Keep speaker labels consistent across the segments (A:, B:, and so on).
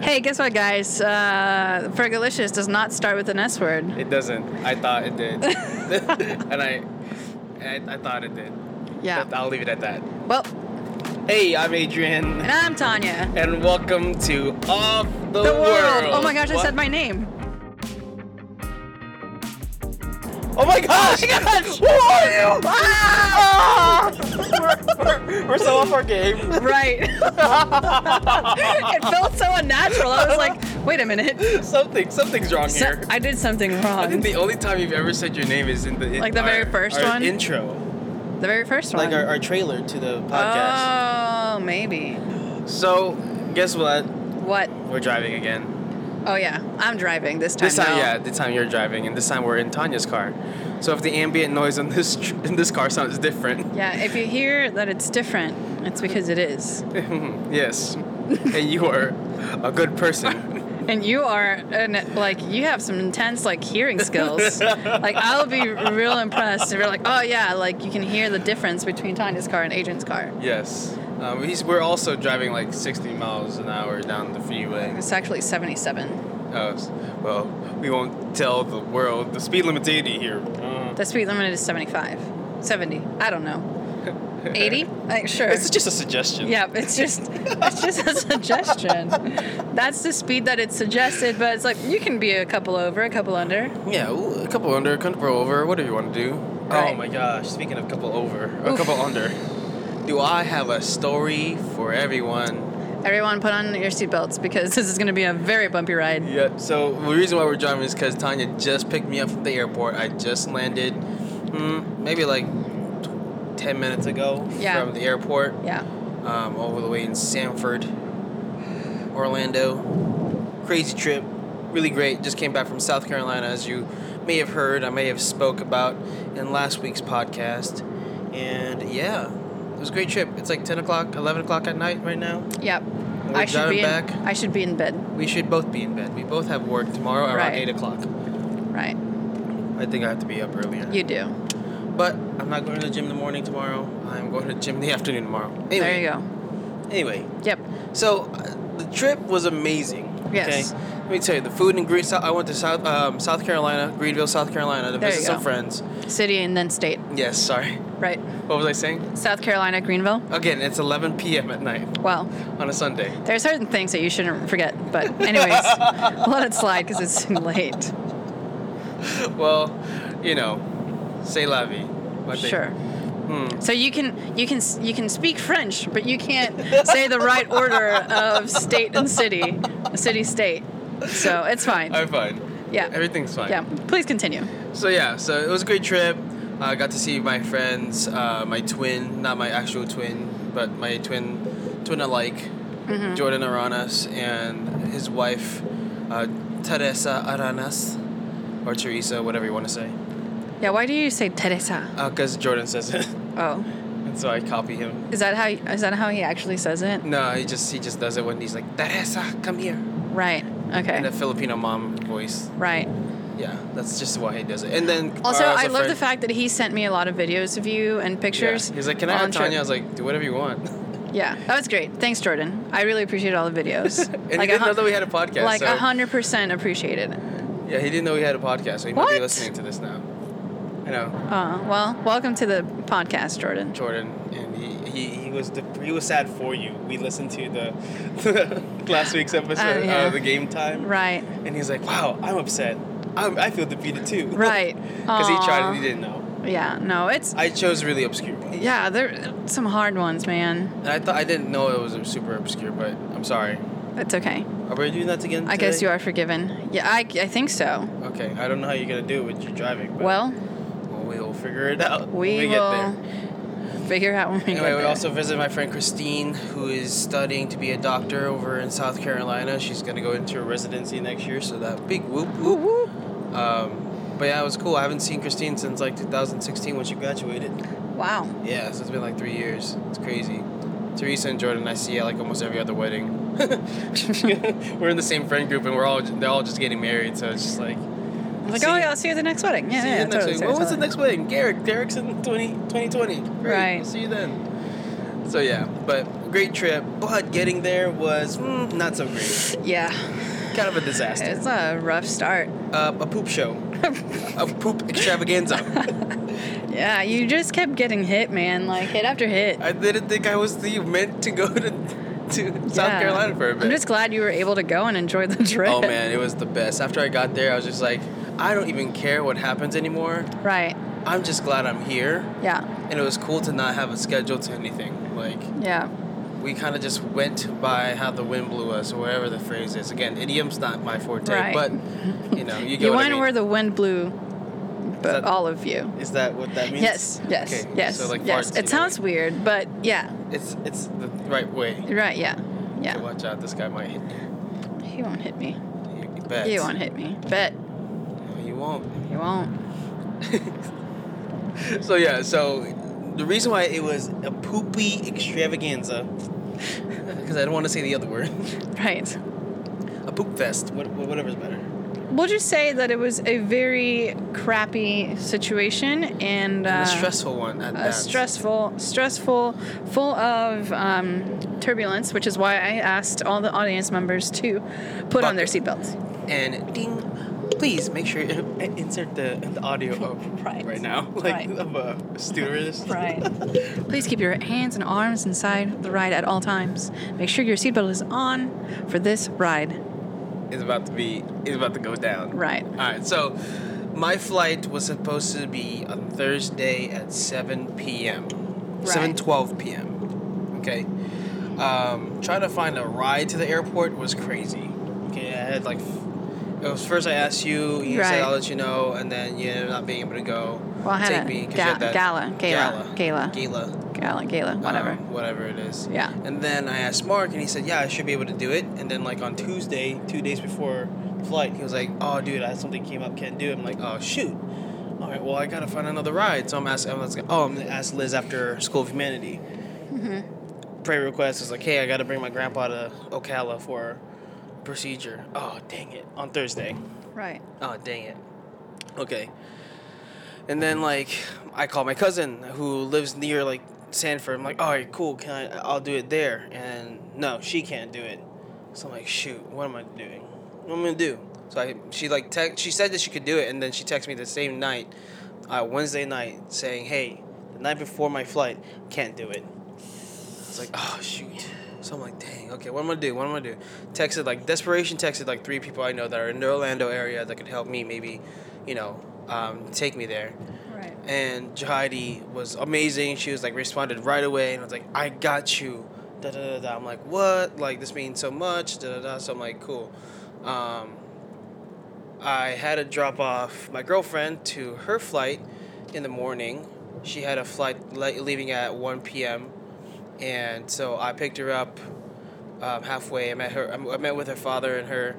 A: Hey, guess what, guys? Uh, Fergalicious does not start with an S word.
B: It doesn't. I thought it did, and I, I, I thought it did.
A: Yeah.
B: But I'll leave it at that.
A: Well,
B: Hey, I'm Adrian,
A: and I'm Tanya.
B: and welcome to Off the,
A: The world. Oh my gosh, I
B: What?
A: said my name.
B: Oh my gosh! Who are you? Ah! we're, we're so off our game.
A: Right. it felt so unnatural. I was like, wait a minute.
B: Something, something's wrong
A: So-
B: here.
A: I did something
B: I
A: wrong.
B: think the only time you've ever said your name is in the in
A: Like the very
B: our-
A: first
B: our
A: one?
B: intro,
A: The very first one.
B: like our, our trailer to the podcast.
A: oh, maybe.
B: so guess what?
A: What?
B: We're driving again.
A: Oh yeah, I'm driving this time.
B: This time,
A: y'all.
B: yeah, this time you're driving, and this time we're in Tanya's car. So if the ambient noise on this tr- in this car sounds different,
A: Yeah, if you hear that it's different, it's because it is.
B: yes, and you are a good person.
A: And you are, and like you have some intense like hearing skills. like I'll be real impressed if you're like, oh yeah, like you can hear the difference between Tanya's car and Adrian's car.
B: yes, um, he's, we're also driving like 60 miles an hour down the freeway.
A: It's actually 77.
B: Uh, s- well, we won't tell the world the speed limit's 80 here. Uh,
A: The speed limit is 75, 70. I don't know. 80? Like sure.
B: it's just a suggestion.
A: Yeah, it's just it's just a suggestion. That's the speed that it's suggested, but it's like you can be a couple over, a couple under.
B: Yeah, ooh, a couple under, a couple over, whatever you want to do.
A: Right.
B: Oh my gosh, speaking of couple over, a
A: Oof.
B: couple under, do I have a story for everyone?
A: Everyone, put on your seatbelts because this is going to be a very bumpy ride.
B: Yep, so the reason why we're driving is because Tanya just picked me up from the airport. I just landed mm, maybe like t- 10 minutes ago
A: Yeah.
B: from the airport,
A: Yeah.
B: um, all the way in Sanford, Orlando. Crazy trip, really great. Just came back from South Carolina, as you may have heard. I may have spoke about in last week's podcast, and yeah, it was a great trip. It's like ten o'clock, eleven o'clock at night right now.
A: Yep.
B: We're
A: I should
B: driving
A: be in,
B: back.
A: I should be in bed.
B: We should both be in bed. We both have work tomorrow around
A: Right.
B: eight o'clock.
A: Right.
B: I think I have to be up earlier.
A: You do.
B: But I'm not going to the gym in the morning tomorrow. I'm going to the gym in the afternoon tomorrow. Anyway,
A: There you go.
B: Anyway,
A: Yep.
B: So uh, the trip was amazing.
A: Yes.
B: Okay? Let me tell you, the food in Greece. I went to South um, South Carolina, Greenville, South Carolina, to
A: There
B: visit
A: you
B: some
A: go.
B: friends.
A: City and then state.
B: Yes, sorry.
A: Right.
B: What was I saying?
A: South Carolina, Greenville.
B: Again, it's 11 p.m. at night
A: Well,
B: on a Sunday.
A: there are certain things that you shouldn't forget, but anyways, let it slide because it's late.
B: Well, you know, say la vie. What they-
A: Sure.
B: Hmm.
A: So you can you can s- you can speak French, but you can't say the right order of state and city, city state. So it's fine.
B: I'm fine.
A: Yeah.
B: Everything's fine.
A: yeah. Please continue.
B: So yeah, so it was a great trip. I got to see my friends, uh, my twin, not my actual twin, but my twin, twin alike,
A: Mm-hmm.
B: Jordan Aranas and his wife, uh, Teresa Aranas, or Teresa, whatever you want to say,
A: Yeah. Why do you say Teresa?
B: because Jordan says it,
A: Oh,
B: and so I copy him.
A: is that how is that how he actually says it?
B: No, he just he just does it when he's like Teresa, come here,
A: Right.
B: in
A: Okay.
B: a Filipino mom voice.
A: Right.
B: Yeah, that's just why he does it. And then
A: Also,
B: our
A: I
B: other
A: love the
B: friend-
A: fact that he sent me a lot of videos of you and
B: Yeah,
A: pictures.
B: He's like, can I
A: on
B: have
A: trip."
B: Tanya? I was like, do whatever you want.
A: Yeah, that was great. Thanks, Jordan. I really appreciate all the videos.
B: And he
A: a
B: didn't know
A: hun-
B: that we had a podcast.
A: Like
B: so-
A: a hundred percent appreciated.
B: Yeah, he didn't know he had a podcast, so he might be
A: What?
B: listening to this now. I know,
A: Uh, well, welcome to the podcast, Jordan.
B: Jordan, and he, he, he was the, he was sad for you. We listened to the last week's episode,
A: Uh,
B: uh,
A: yeah.
B: the game time,
A: Right.
B: and he's like, "Wow, I'm upset. I'm, I feel defeated too."
A: Right.
B: Because he tried
A: Aw.
B: and he didn't know.
A: Yeah. No, it's
B: I chose really obscure ones.
A: yeah. There some hard ones, man.
B: And I thought I didn't know it was super obscure, but I'm sorry.
A: It's okay.
B: Are we doing that again?
A: I guess you
B: today?
A: are forgiven. Yeah, I, I think so.
B: Okay, I don't know how you're gonna do it with your driving. But
A: Well,
B: we'll figure it out when
A: we,
B: we get
A: will
B: there.
A: figure out when we get
B: Anyway, we
A: there.
B: also visited my friend Christine, who is studying to be a doctor over in South Carolina. She's gonna go into her residency next year, so that big whoop
A: Woo,
B: whoop.
A: woo.
B: Um, but yeah, it was cool. I haven't seen Christine since like 2016 when she graduated.
A: Wow.
B: Yeah, so it's been like three years. It's crazy. Teresa and Jordan, I see at like almost every other wedding. we're in the same friend group, and we're all they're all just getting married, so it's just like.
A: Like,
B: See
A: oh
B: you-
A: yeah, I'll see you at the next wedding. Yeah,
B: see
A: yeah,
B: you next
A: totally,
B: week.
A: totally,
B: When was the
A: totally.
B: next wedding? Garrick, Derrickson 20, 2020. Great.
A: Right.
B: See you then. So yeah, but great trip. But getting there was mm, not so great.
A: Yeah.
B: Kind of a disaster.
A: It's a rough start.
B: Uh, a poop show. a poop extravaganza.
A: Yeah, you just kept getting hit, man. Like hit after hit.
B: I didn't think I was the meant to go to to South
A: Yeah.
B: Carolina for a bit.
A: I'm just glad you were able to go and enjoy the trip.
B: oh man, it was the best. After I got there, I was just like, I don't even care what happens anymore.
A: Right.
B: I'm just glad I'm here.
A: Yeah.
B: And it was cool to not have a schedule to anything. Like
A: Yeah.
B: we kind of just went by how the wind blew us, or whatever the phrase is. Again, idiom's not my forte,
A: Right.
B: but you know, you get
A: You
B: what
A: went
B: I mean.
A: where the wind blew, but
B: that-
A: all of you.
B: Is that what that means?
A: Yes. Yes.
B: Okay,
A: Yes.
B: So like
A: yes.
B: farts, you know,
A: It sounds
B: like,
A: weird, but yeah.
B: It's it's the right way.
A: You're Right. Yeah.
B: So
A: Yeah.
B: watch out, this guy might hit you.
A: He won't hit me.
B: He bets.
A: He won't hit me. Bet
B: No, you won't.
A: he won't.
B: So yeah, so the reason why it was a poopy extravaganza, because I don't want to say the other word,
A: Right.
B: a poop fest, what, whatever's better.
A: We'll just say that it was a very crappy situation and,
B: And
A: uh,
B: a stressful one at
A: a
B: that.
A: stressful, stressful, full of um, turbulence, which is why I asked all the audience members to put on their seatbelts.
B: And ding, please make sure you insert the, the audio of
A: Right.
B: right now, like
A: Right.
B: of a stewardess.
A: Right. Please keep your hands and arms inside the ride at all times. Make sure your seatbelt is on for this ride.
B: It's about to be. It's about to go down.
A: Right.
B: All right. So, my flight was supposed to be on Thursday at seven p.m. Seven twelve p.m. Okay. Um, trying to find a ride to the airport was crazy. Okay, I had like. f- It was first I asked you. You said
A: Right.
B: I'll let you know, and then you ended up not being able to go.
A: Well, I had
B: take
A: a
B: me 'cause you
A: ga-
B: had that
A: gala, gala, gala.
B: gala, gala
A: Gala, gala, whatever.
B: um, whatever it is.
A: Yeah.
B: And then I asked Mark, and he said, "Yeah, I should be able to do it." And then like on Tuesday, two days before flight, he was like, "Oh, dude, I something came up, can't do it." I'm like, "Oh, shoot." All right, well, I gotta find another ride. So I'm asking, I'm asking oh, I'm gonna ask Liz after School of Humanity.
A: Mm-hmm.
B: Prayer request is like, hey, I gotta bring my grandpa to Ocala for procedure. Oh, dang it, on Thursday.
A: right.
B: Oh, dang it. Okay. And then like I call my cousin who lives near like Sanford. I'm like, all right, cool. Can I? I'll do it there. And no, she can't do it. So I'm like, shoot, what am I doing? What am I gonna do? So I she like text. She said that she could do it, and then she texted me the same night, uh, Wednesday night, saying, hey, the night before my flight, can't do it. It's like, oh shoot. So I'm like, dang, okay, what am I gonna do? What am I gonna do? Texted like desperation texted like three people I know that are in the Orlando area that could help me maybe, you know, um, take me there.
A: Right.
B: And Jihadi was amazing. She was like responded right away and I was like, I got you. Da da da da. I'm like, what? Like this means so much. Da da da. So I'm like, cool. Um, I had to drop off my girlfriend to her flight in the morning. She had a flight le- leaving at 1 p.m. And so I picked her up um, halfway. I met her. I met with her father and her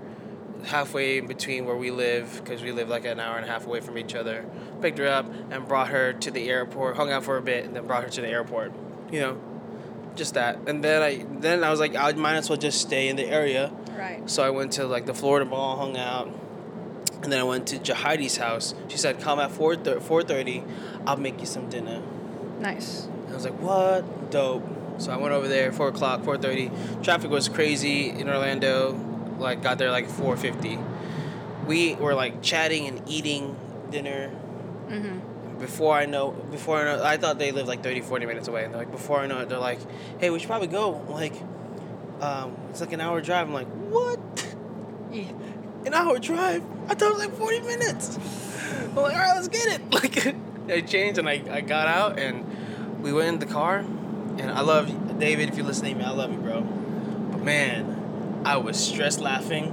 B: halfway in between where we live because we live like an hour and a half away from each other. Picked her up and brought her to the airport. Hung out for a bit and then brought her to the airport. You know, just that. And then I then I was like, I might as well just stay in the area.
A: Right.
B: So I went to like the Florida Mall, hung out, and then I went to Jahadi's house. She said, "Come at 4 4:30. I'll make you some dinner."
A: Nice.
B: And I was like, "What? Dope." So I went over there four o'clock, four thirty. Traffic was crazy in Orlando. Like got there like four fifty. We were like chatting and eating dinner.
A: Mm-hmm.
B: Before I know, before I know, I thought they lived like 30, 40 minutes away. And they're like, before I know it, they're like, "Hey, we should probably go." I'm like, um, it's like an hour drive. I'm like, "What?"
A: Yeah.
B: an hour drive. I thought it was like 40 minutes. I'm like, all right, let's get it. Like, I changed and I, I got out and we went in the car. And I love you. David, if you're listening, man, I love you, bro. But man, I was stress laughing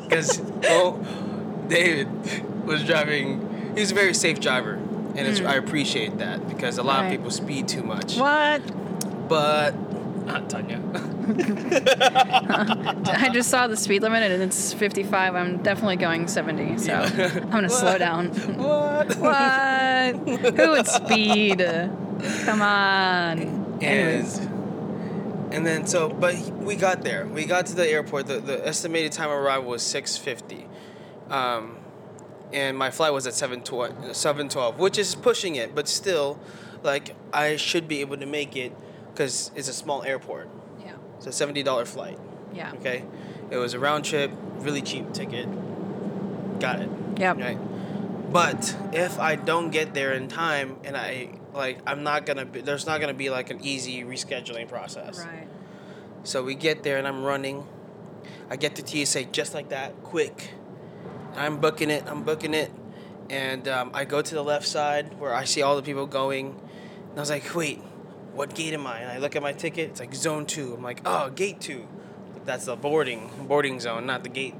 B: because oh, David was driving. He was a very safe driver, and it's, I appreciate that because a
A: Mm.
B: lot
A: Right.
B: of people speed too much.
A: What?
B: But not Tanya.
A: I just saw the speed limit and it's 55. I'm definitely going 70, so I'm gonna slow down.
B: what?
A: What? Who would speed? Come on.
B: is and then so but we got there we got to the airport the, the estimated time of arrival was 6.50 um, and my flight was at 7 7.12 which is pushing it but still like i should be able to make it because it's a small airport.
A: Yeah.
B: It's a seventy dollar flight.
A: Yeah.
B: Okay, it was a round trip, really cheap ticket. Got it.
A: Yep.
B: Right. But if I don't get there in time, and I like, I'm not gonna be. There's not gonna be like an easy rescheduling process.
A: Right.
B: So we get there and I'm running. I get to TSA just like that, quick. I'm booking it, I'm booking it. And um, I go to the left side where I see all the people going. And I was like, wait, what gate am I? And I look at my ticket, it's like zone two. I'm like, oh, gate two. That's the boarding, boarding zone, not the gate.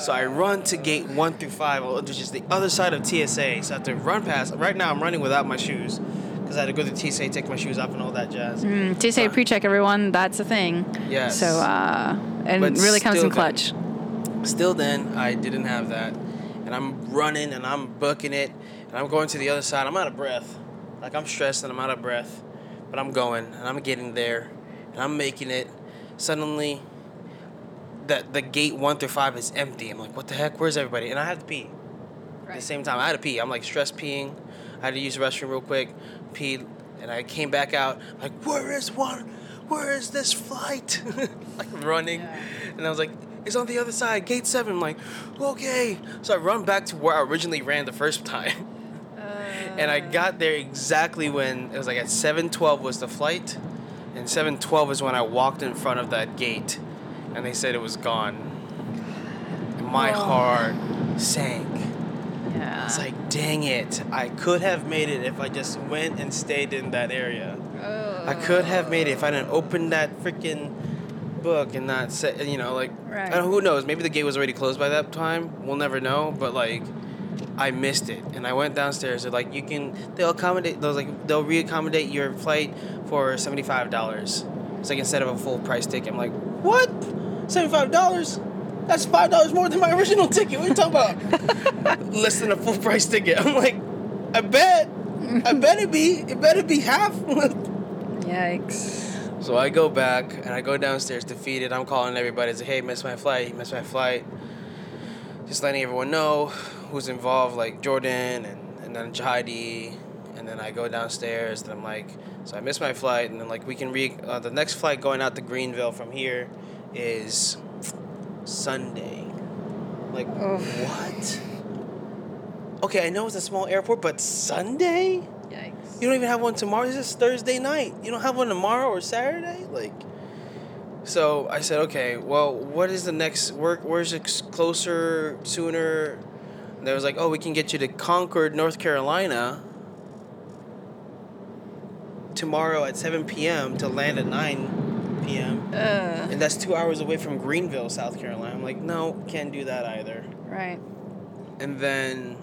B: So I run to gate one through five, which is the other side of TSA. So I have to run past. Right now, I'm running without my shoes because I had to go to TSA, take my shoes off, and all that jazz.
A: Mm, TSA
B: But-
A: pre-check, everyone. That's a thing.
B: Yes.
A: So uh, and
B: But
A: it really comes
B: still
A: in
B: that-
A: clutch.
B: Still then, I didn't have that. And I'm running and I'm booking it. And I'm going to the other side. I'm out of breath. Like, I'm stressed and I'm out of breath. But I'm going and I'm getting there and I'm making it. Suddenly, that the gate one through five is empty. I'm like, what the heck? Where's everybody? And I have to pee. At
A: Right.
B: the same time, I had to pee. I'm like stressed peeing. I had to use the restroom real quick, peed, and I came back out. Like, where is one? Where is this flight? like running,
A: Yeah.
B: and I was like, it's on the other side, gate seven. I'm like, okay. So I run back to where I originally ran the first time, and
A: Uh.
B: I got there exactly when it was like at seven twelve was the flight, and seven twelve is when I walked in front of that gate, and they said it was gone. My
A: Oh.
B: heart sank.
A: yeah.
B: It's like, dang it. I could have made it if I just went and stayed in that area. I could have made it if I didn't open that freaking book and not say, you know, like,
A: Right.
B: and who knows? Maybe the gate was already closed by that time. We'll never know. But, like, I missed it. And I went downstairs. They're like, you can, they'll accommodate, they'll, like, they'll reaccommodate your flight for $75. It's like instead of a full price ticket. I'm like, what? $75? That's $5 more than my original ticket. What are you talking about? less than a full price ticket. I'm like, I bet, I better be, it better be half.
A: Yikes.
B: so I go back and I go downstairs defeated. I'm calling everybody. It's like, hey, missed my flight, missed my flight. Just letting everyone know who's involved, like Jordan and, and then Jihadi. And then I go downstairs and I'm like, so I missed my flight. And then, like, we can re, uh, the next flight going out to Greenville from here is Sunday. Like,
A: Oof.
B: what? Okay, I know it's a small airport, but Sunday?
A: Yikes.
B: You don't even have one tomorrow. This is Thursday night. You don't have one tomorrow or Saturday. Like, so I said, okay. Well, what is the next work? Where's it closer, sooner? And they was like, oh, we can get you to Concord, North Carolina, tomorrow at seven p.m. to land at nine p.m.
A: Ugh.
B: And that's two hours away from Greenville, South Carolina. I'm like, no, can't do that either.
A: Right.
B: And then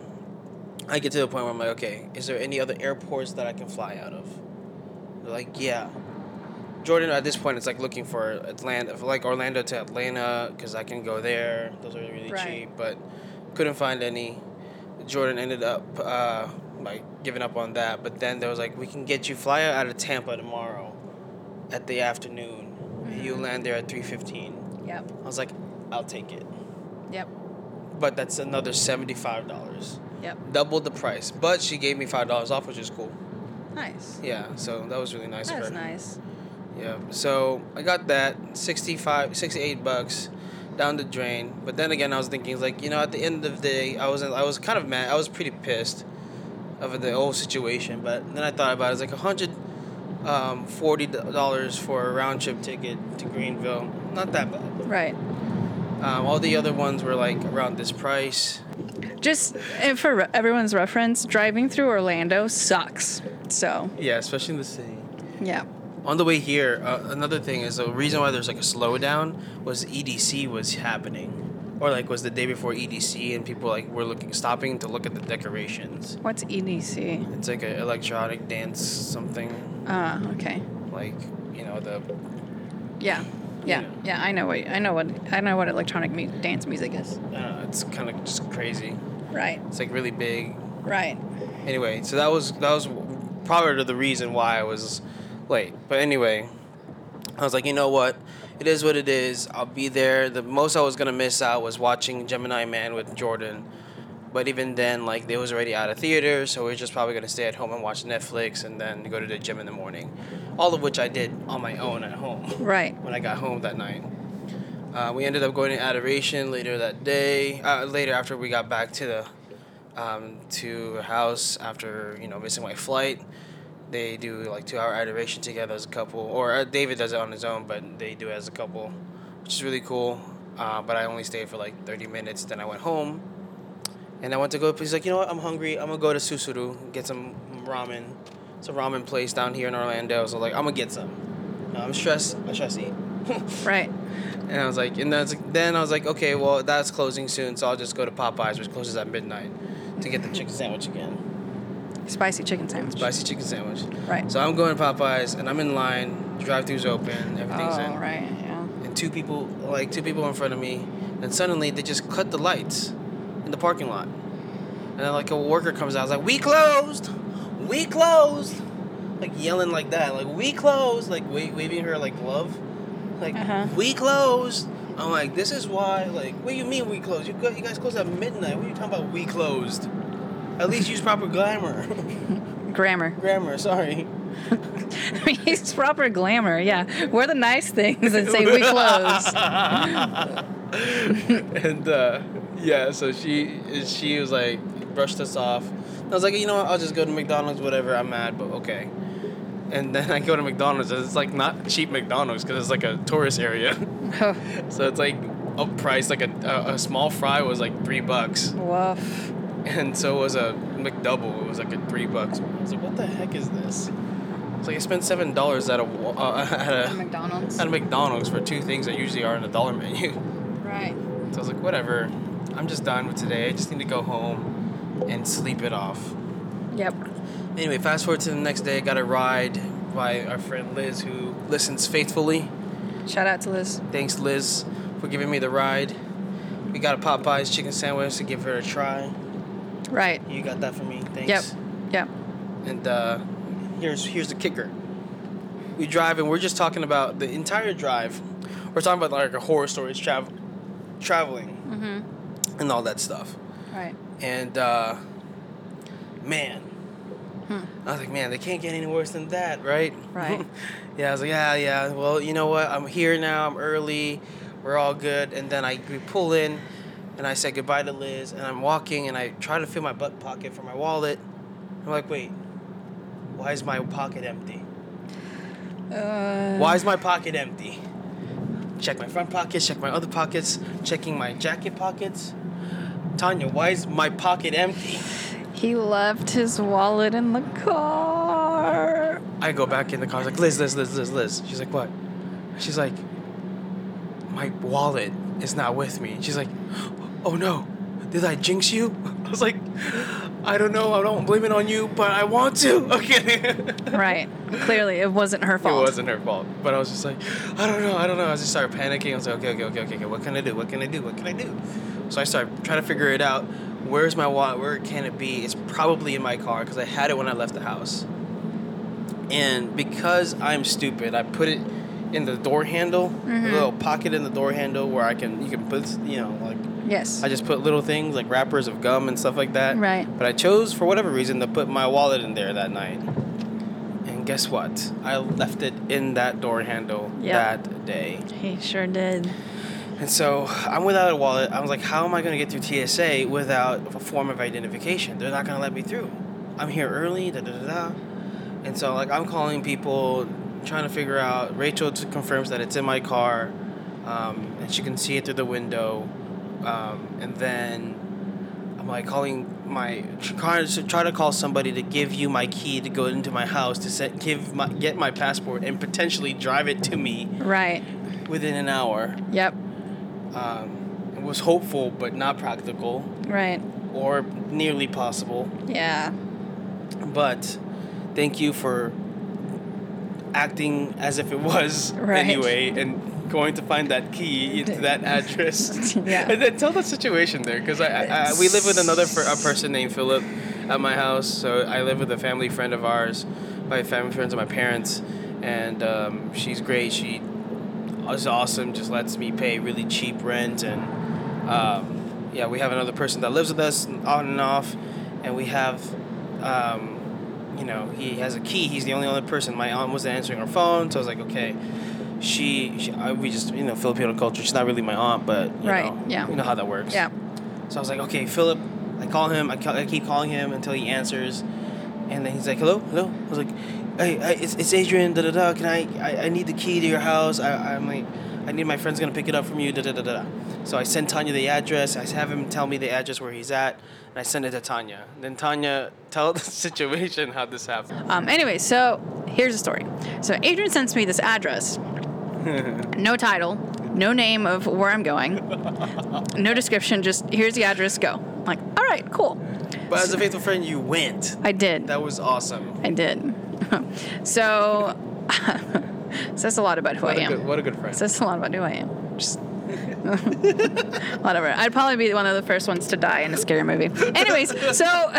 B: I get to the point where I'm like, okay, is there any other airports that I can fly out of? They're like, yeah. Jordan at this point it's like looking for Atlanta, like Orlando to Atlanta, because I can go there. Those are really
A: Right.
B: cheap, but couldn't find any. Jordan ended up uh, like giving up on that, but then there was like, we can get you fly out of Tampa tomorrow, at the afternoon. You land there at three fifteen.
A: Yep.
B: I was like, I'll take it,
A: Yep.
B: but that's another seventy five dollars
A: Yep.
B: doubled the price, but she gave me five dollars off, which is cool.
A: Nice.
B: Yeah, so that was really nice
A: That
B: of
A: was
B: her.
A: nice.
B: Yeah, so I got that 65, 68 bucks down the drain. But then again, I was thinking like, you know, at the end of the day, I wasn't. I was kind of mad. I was pretty pissed over the whole situation. But then I thought about it. It's like a hundred um, forty dollars for a round trip ticket to Greenville. Not that bad.
A: Right.
B: Um, all the other ones were like around this price.
A: Just and for re- everyone's reference, driving through Orlando sucks. So
B: Yeah, especially in the city.
A: yeah.
B: On the way here, uh, another thing is the reason why there's like a slowdown was EDC was happening, or like was the day before EDC, and people like were looking, stopping to look at the decorations.
A: What's E EDC?
B: It's like an electronic dance something,
A: Ah, okay.
B: like you know the
A: Yeah. Yeah.
B: Yeah.
A: Yeah. I know what I know what I know what electronic mu- dance music is.
B: I don't know, it's kind of just crazy.
A: Right.
B: It's like really big.
A: Right.
B: Anyway, so that was that was probably the reason why I was late. But anyway, I was like, you know what? It is what it is. I'll be there. The most I was gonna miss out was watching Gemini Man with Jordan. But even then, like they was already out of theater, so we are just probably gonna stay at home and watch Netflix, and then go to the gym in the morning. All of which I did on my own at home
A: Right.
B: when I got home that night. Uh, we ended up going to adoration later that day. Uh, later after we got back to the um, to house after you know missing my flight, they do like two hour adoration together as a couple. Or uh, David does it on his own, but they do it as a couple, which is really cool. Uh, but I only stayed for like thirty minutes. Then I went home, and I went to go. He's like, you know what? I'm hungry. I'm gonna go to Susuru get some ramen. It's a ramen place down here in Orlando. So like, I'm gonna get some. No, I'm stressed. I stress eat.
A: Right.
B: And I was like, and then I was like, then I was like, okay, well that's closing soon, so I'll just go to Popeyes, which closes at midnight, to get the chicken sandwich again,
A: Spicy chicken sandwich.
B: spicy chicken sandwich.
A: Right.
B: So I'm going to Popeyes, and I'm in line. Drive-throughs open, everything's
A: oh,
B: in,
A: right. Yeah.
B: and two people, like two people in front of me, and suddenly they just cut the lights in the parking lot, and then like a worker comes out, I was like, we closed, we closed, like yelling like that, like we closed, like wa- waving her like glove, like
A: Uh-huh.
B: we closed. I'm like, this is why, like, what do you mean we closed? You, go, you guys closed at midnight. What are you talking about? We closed. At least use proper glamour,
A: Grammar.
B: grammar. Sorry.
A: I mean, it's proper glamour. Yeah. Wear the nice things and say we closed.
B: and uh, yeah, so she she was like brushed us off. I was like, you know what? I'll just go to McDonald's, whatever. I'm mad, but okay. And then I go to McDonald's, and it's like not cheap McDonald's because it's like a tourist area.
A: Oh,
B: so it's like up price. Like a, a, a small fry was like three bucks,
A: Woof.
B: and so was a McDouble. It was like a three bucks. I was like, what the heck is this? It's like I spent seven dollars at a wa- uh, at a
A: McDonald's.
B: at a McDonald's for two things that usually are in the dollar menu.
A: Right.
B: So I was like, whatever. I'm just done with today. I just need to go home and sleep it off.
A: Yep.
B: Anyway, fast forward to the next day. I got a ride by our friend Liz, who listens faithfully.
A: Shout out to Liz.
B: Thanks, Liz, for giving me the ride. We got a Popeyes chicken sandwich to give her a try.
A: Right.
B: You got that for me. Thanks.
A: Yep. Yep.
B: And uh, here's here's the kicker. We drive and we're just talking about the entire drive. We're talking about like our horror stories, travel, traveling, and all that stuff.
A: Right.
B: and uh, man, I was like, man, they can't get any worse than that, right?
A: Right.
B: yeah, I was like, yeah, yeah. Well, you know what? I'm here now. I'm early. We're all good. And then I we pull in, and I said goodbye to Liz, and I'm walking, and I try to feel my butt pocket for my wallet. I'm like, wait, why is my pocket empty?
A: Uh,
B: Why is my pocket empty? Check my front pockets, check my other pockets, checking my jacket pockets. Tanya, why is my pocket empty?
A: he left his wallet in the car.
B: I go back in the car. I was like, Liz, Liz, Liz, Liz, Liz. She's like, what? She's like, my wallet is not with me. She's like, oh no, did I jinx you? I was like, I don't know. I don't blame it on you, but I want to. Okay.
A: Right. Clearly, it wasn't her fault.
B: It wasn't her fault, but I was just like, I don't know, I don't know. I just started panicking. I was like, okay, okay, okay, okay, okay. What can I do? What can I do? What can I do? So I started trying to figure it out. Where's my wallet? Where can it be? It's probably in my car because I had it when I left the house. And because I'm stupid, I put it in the door handle, a
A: Mm-hmm.
B: little pocket in the door handle where I can you can put you know like
A: Yes.
B: I just put little things like wrappers of gum and stuff like that.
A: Right.
B: But I chose for whatever reason to put my wallet in there that night. And guess what? I left it in that door handle
A: Yep.
B: that day.
A: he sure did.
B: And so I'm without a wallet. I was like, how am I going to get through TSA without a form of identification? They're not going to let me through. I'm here early, da da da da. And so, like, I'm calling people, trying to figure out. Rachel t- confirms that it's in my car, um, and she can see it through the window. Um, and then I'm like calling my trying to try to call somebody to give you my key to go into my house to set, give my, get my passport and potentially drive it to me
A: Right.
B: within an hour
A: Yep.
B: um, was hopeful but not practical
A: Right.
B: or nearly possible.
A: Yeah.
B: But thank you for acting as if it was
A: Right.
B: anyway and going to find that key to that address.
A: Yeah.
B: And then tell the situation there because I, I, I we live with another per, a person named Philip at my house. So I live with a family friend of ours, my family friends of my parents, and um, she's great. She is awesome. Just lets me pay really cheap rent and. Um, yeah, we have another person that lives with us on and off, and we have, um, you know, he has a key. He's the only other person. My aunt wasn't answering her phone, so I was like, okay. She, she I, we just, you know, Filipino culture. She's not really my aunt, but you
A: Right,
B: know,
A: yeah.
B: you know how that works.
A: Yeah.
B: So I was like, okay, Philip. I call him. I, ca- I keep calling him until he answers, and then he's like, hello, hello. I was like, hey, I, it's, it's Adrian. Da da da. Can I, I? I need the key to your house. I, I'm like, I need my friend's gonna pick it up from you. Da da da da. da. So I send Tanya the address. I have him tell me the address where he's at, and I send it to Tanya. Then Tanya tell the situation how this happened.
A: Um, anyway, so here's the story. So Adrian sends me this address. no title, no name of where I'm going, no description, just here's the address, go. I'm like, all right, cool.
B: But as a faithful friend, you went.
A: I did.
B: That was awesome.
A: I did. so, says a lot about who I
B: What a
A: am.
B: good, what a good friend.
A: Says a lot about who I am. Just whatever. I'd probably be one of the first ones to die in a scary movie. Anyways, so so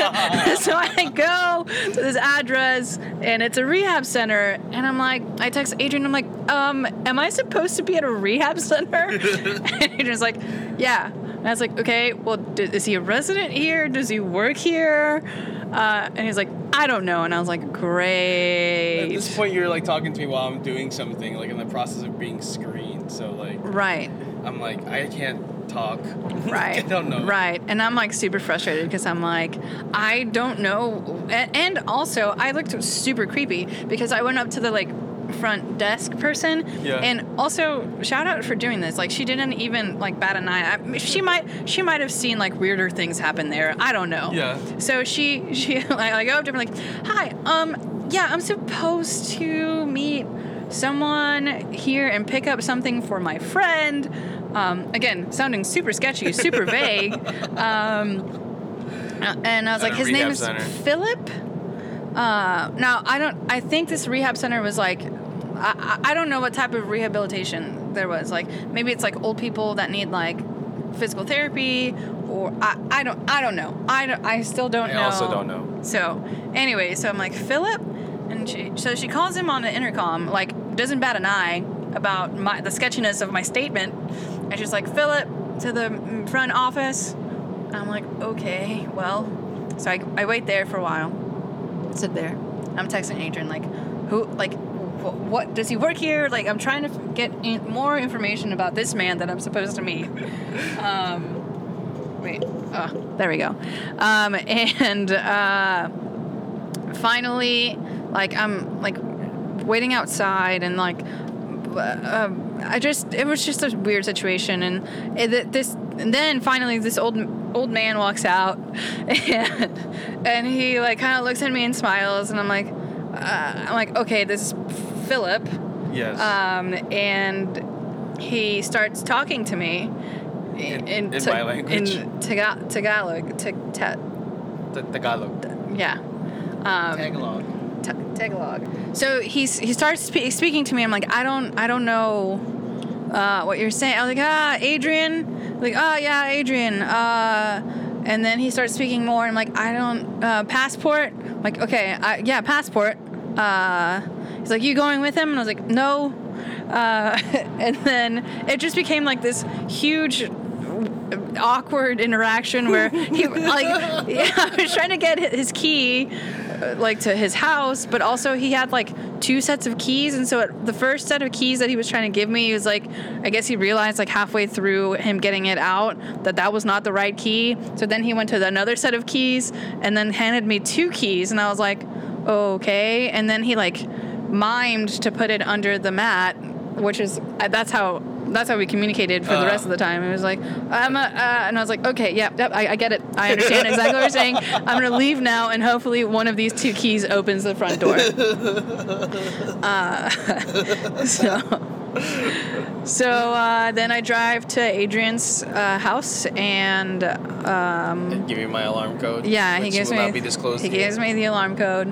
A: I go to this address and it's a rehab center, and I'm like, I text Adrian. I'm like, um, am I supposed to be at a rehab center? and Adrian's like, yeah. And I was like, okay, well, d- is he a resident here? Does he work here? Uh, and he's like, I don't know. And I was like, great.
B: At this point, you're like talking to me while I'm doing something, like in the process of being screened. So like,
A: right.
B: I'm like, I can't talk.
A: Right.
B: I don't know.
A: Right. And I'm like super frustrated because I'm like, I don't know. A- And also, I looked super creepy because I went up to the like front desk person.
B: Yeah.
A: And also, shout out for doing this. Like, she didn't even like bat an eye. I mean, she might she might have seen like weirder things happen there. I don't know.
B: Yeah.
A: So she she like I go up to her like, hi, um, yeah, I'm supposed to meet someone here and pick up something for my friend. Um, again, sounding super sketchy, super vague. Um, uh, and I was
B: At
A: like,
B: a
A: his name
B: rehab
A: is
B: center.
A: Philip. Uh, now I don't. I think this rehab center was like, I, I I don't know what type of rehabilitation there was. Like maybe it's like old people that need like physical therapy, or I, I don't I don't know. I don't, I still don't
B: I
A: know.
B: also don't know.
A: So anyway, so I'm like Philip, and she so she calls him on the intercom, like doesn't bat an eye about my the sketchiness of my statement, and she's like Philip to the mm, front office. And I'm like okay, well, so I, I wait there for a while sit there. I'm texting Adrian like, who like, wh- what does he work here? Like, I'm trying to f- get in more information about this man that I'm supposed to meet. Um, wait, oh, there we go. Um, and uh, finally, like, I'm like waiting outside and like. Uh, I just it was just a weird situation and it, th- this and then finally this old old man walks out and and he like kind of looks at me and smiles and I'm like uh, I'm like okay this is Philip
B: Yes.
A: um, and he starts talking to me in,
B: in my language.
A: in Taga- Tagalog ta- ta-
B: T- Tagalog.
A: yeah um,
B: Tagalog.
A: Ta- Tagalog. So he's he starts spe- speaking to me. I'm like, I don't I don't know uh, what you're saying. I was like, ah, Adrian. Like, oh yeah, Adrian. Uh, and then he starts speaking more. I'm like, I don't uh, passport. I'm like, okay, I, yeah, passport. Uh, he's like, you going with him? And I was like, no. Uh, and then it just became like this huge awkward interaction where he like yeah, I was trying to get hi- his key uh, like to his house, but also he had like two sets of keys, and so it, the first set of keys that he was trying to give me, he was like, I guess he realized like halfway through him getting it out that that was not the right key. So then he went to another set of keys and then handed me two keys, and I was like, okay. And then he like mimed to put it under the mat, which is uh, that's how that's how we communicated for the
B: Uh.
A: rest of the time. It was like, I'm a, uh, and I was like, okay, yeah, yep, I, I get it. I understand exactly what you're saying. I'm gonna leave now, and hopefully one of these two keys opens the front door. Uh, so, so uh, then I drive to Adrian's uh, house, and um,
B: Give me my alarm code.
A: yeah, he
B: which
A: gives
B: will
A: me.
B: not be disclosed.
A: He
B: to you.
A: gives me the alarm code,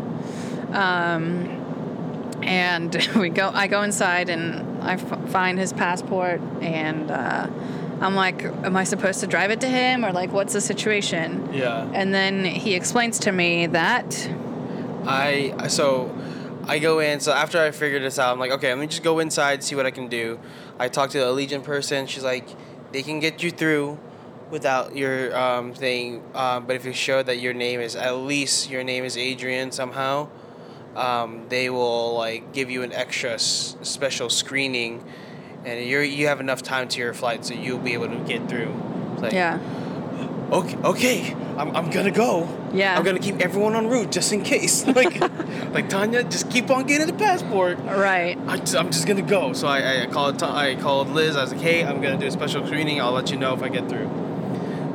A: um, and we go. I go inside and I f- find his passport, and uh, I'm like, "Am I supposed to drive it to him, or like, what's the situation?"
B: Yeah.
A: And then he explains to me that
B: I so I go in. So after I figured this out, I'm like, okay, let me just go inside, see what I can do. I talk to the Allegiant person. She's like, they can get you through, without your um, thing. Uh, but if you show that your name is at least your name is Adrian somehow, um, they will like give you an extra s- special screening, and you you have enough time to your flight, so you'll be able to get through. It's like,
A: Yeah.
B: Okay. Okay. I'm, I'm gonna go.
A: Yeah.
B: I'm gonna keep everyone en route just in case. Like, like Tanya, just keep on getting the passport.
A: Right.
B: I just, I'm just gonna go. So I, I called Ta- I called Liz. I was like, hey, I'm gonna do a special screening. I'll let you know if I get through.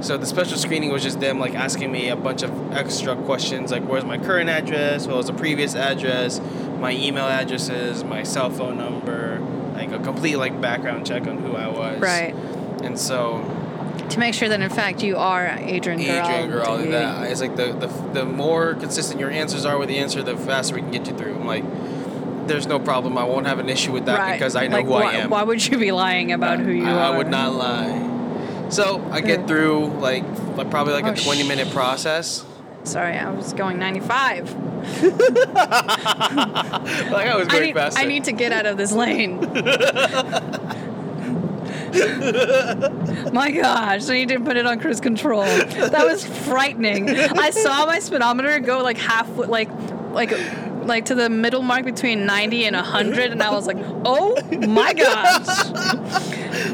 B: So the special screening was just them like asking me a bunch of extra questions like where's my current address, what was the previous address, my email addresses, my cell phone number, like a complete like background check on who I was.
A: Right.
B: And so
A: To make sure that in fact you are Adrian Giraldi.
B: Adrian Giraldi. That it's like the, the the more consistent your answers are with the answer, the faster we can get you through. I'm like, there's no problem. I won't have an issue with that
A: right.
B: because I know
A: like,
B: who
A: why,
B: I am.
A: Why would you be lying about who you
B: I,
A: are?
B: I would not lie. So I
A: Yeah.
B: get through like, like probably like
A: Oh,
B: a 20 minute
A: sh-
B: process.
A: Sorry, I was going 95.
B: Like I was
A: I
B: going
A: need,
B: faster.
A: I need to get out of this lane. my gosh, so you didn't put it on cruise control. That was frightening. I saw my speedometer go like half, like, like, like to the middle mark between 90 and 100, and I was like, oh my gosh.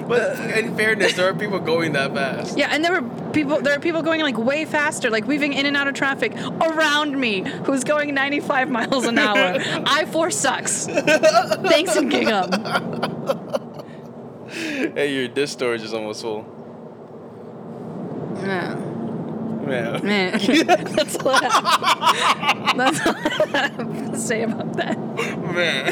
B: but in fairness, there are people going that fast.
A: Yeah, and there were people, there are people going like way faster, like weaving in and out of traffic around me, who's going 95 miles an hour. I 4 sucks. Thanks in Gingham.
B: Hey, your disk storage is almost full.
A: Yeah.
B: Yeah.
A: Meh. that's all I have. That's all I have to say about that.
B: Man.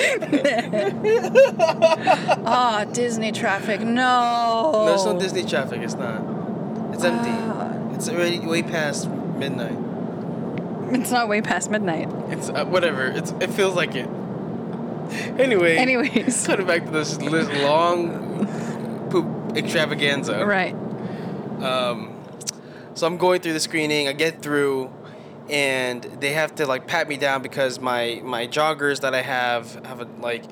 A: Oh, Disney traffic. No.
B: No, it's not Disney traffic. It's not. It's empty.
A: Oh. Ah.
B: It's already way past midnight.
A: It's not way past midnight.
B: It's uh, whatever. It's it feels like it. Anyway.
A: Anyways.
B: Sort of back to this li- long poop extravaganza.
A: Right.
B: Um, so I'm going through the screening. I get through, and they have to like pat me down because my my joggers that I have have a, like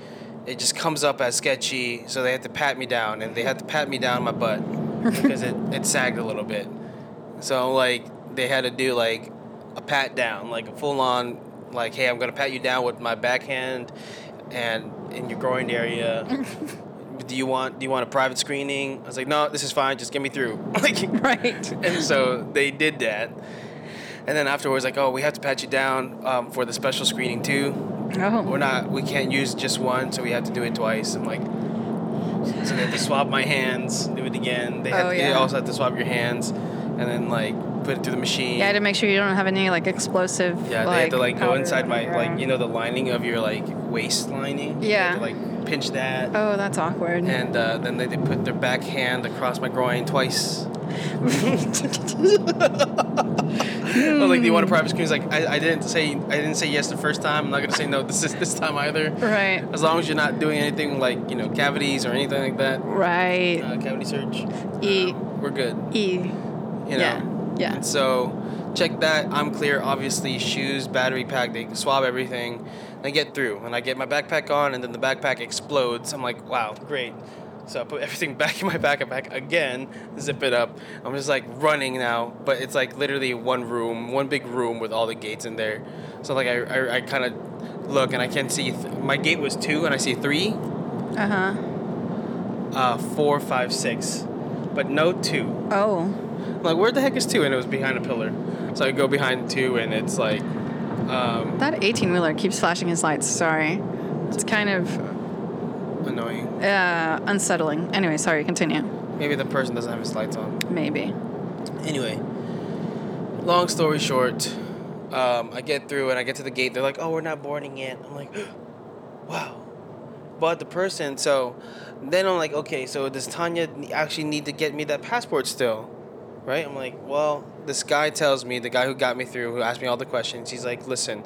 B: it just comes up as sketchy. So they have to pat me down, and they had to pat me down my butt because it it sagged a little bit. So like they had to do like a pat down, like a full on like hey I'm gonna pat you down with my backhand and in your groin area. do you want do you want a private screening? I was like no this is fine just get me through. like
A: Right.
B: and so they did that. And then afterwards, like, oh, we have to pat you down um, for the special screening too. We're
A: Oh.
B: not, we can't use just one, so we have to do it twice. I'm like, so they have to swab my hands, do it again. They, have
A: Oh,
B: to, they
A: yeah.
B: also have to swab your hands, and then like put it through the machine.
A: Yeah, to make sure you don't have any like explosive.
B: Yeah,
A: like,
B: they had to like go
A: powder
B: inside
A: or
B: my
A: whatever.
B: like you know the lining of your like waist lining. They
A: Yeah.
B: had to, like pinch that,
A: Oh, that's awkward.
B: and uh, then they, they put their back hand across my groin twice. But like, do you want a private screen? He's like, I, I didn't say I didn't say yes the first time. I'm not gonna say no this is this time either.
A: Right.
B: As long as you're not doing anything like you know cavities or anything like that,
A: Right.
B: uh, cavity search.
A: E.
B: um, we're good.
A: E.
B: You know.
A: Yeah. Yeah.
B: And so, check that. I'm clear. Obviously, shoes, battery pack. They swab everything. And I get through, and I get my backpack on, and then the backpack explodes. I'm like, wow, great. So I put everything back in my backpack again, zip it up. I'm just like running now, but it's like literally one room, one big room with all the gates in there. So like I, I, I kind of look and I can see th- my gate was two and I see three,
A: Uh huh.
B: uh, four, five, six, but no two.
A: Oh.
B: I'm like, where the heck is two? And it was behind a pillar. So I go behind two, and it's like, um,
A: That 18 wheeler keeps flashing his lights. Sorry. It's kind of
B: annoying.
A: uh, unsettling. Anyway, sorry. Continue.
B: Maybe the person doesn't have his lights on.
A: Maybe.
B: Anyway, long story short, um, I get through and I get to the gate. They're like, oh, we're not boarding yet. I'm like, wow. But the person, so then I'm like, okay, so does Tanya actually need to get me that passport still? Right? I'm like, well, this guy tells me, the guy who got me through, who asked me all the questions, he's like, listen,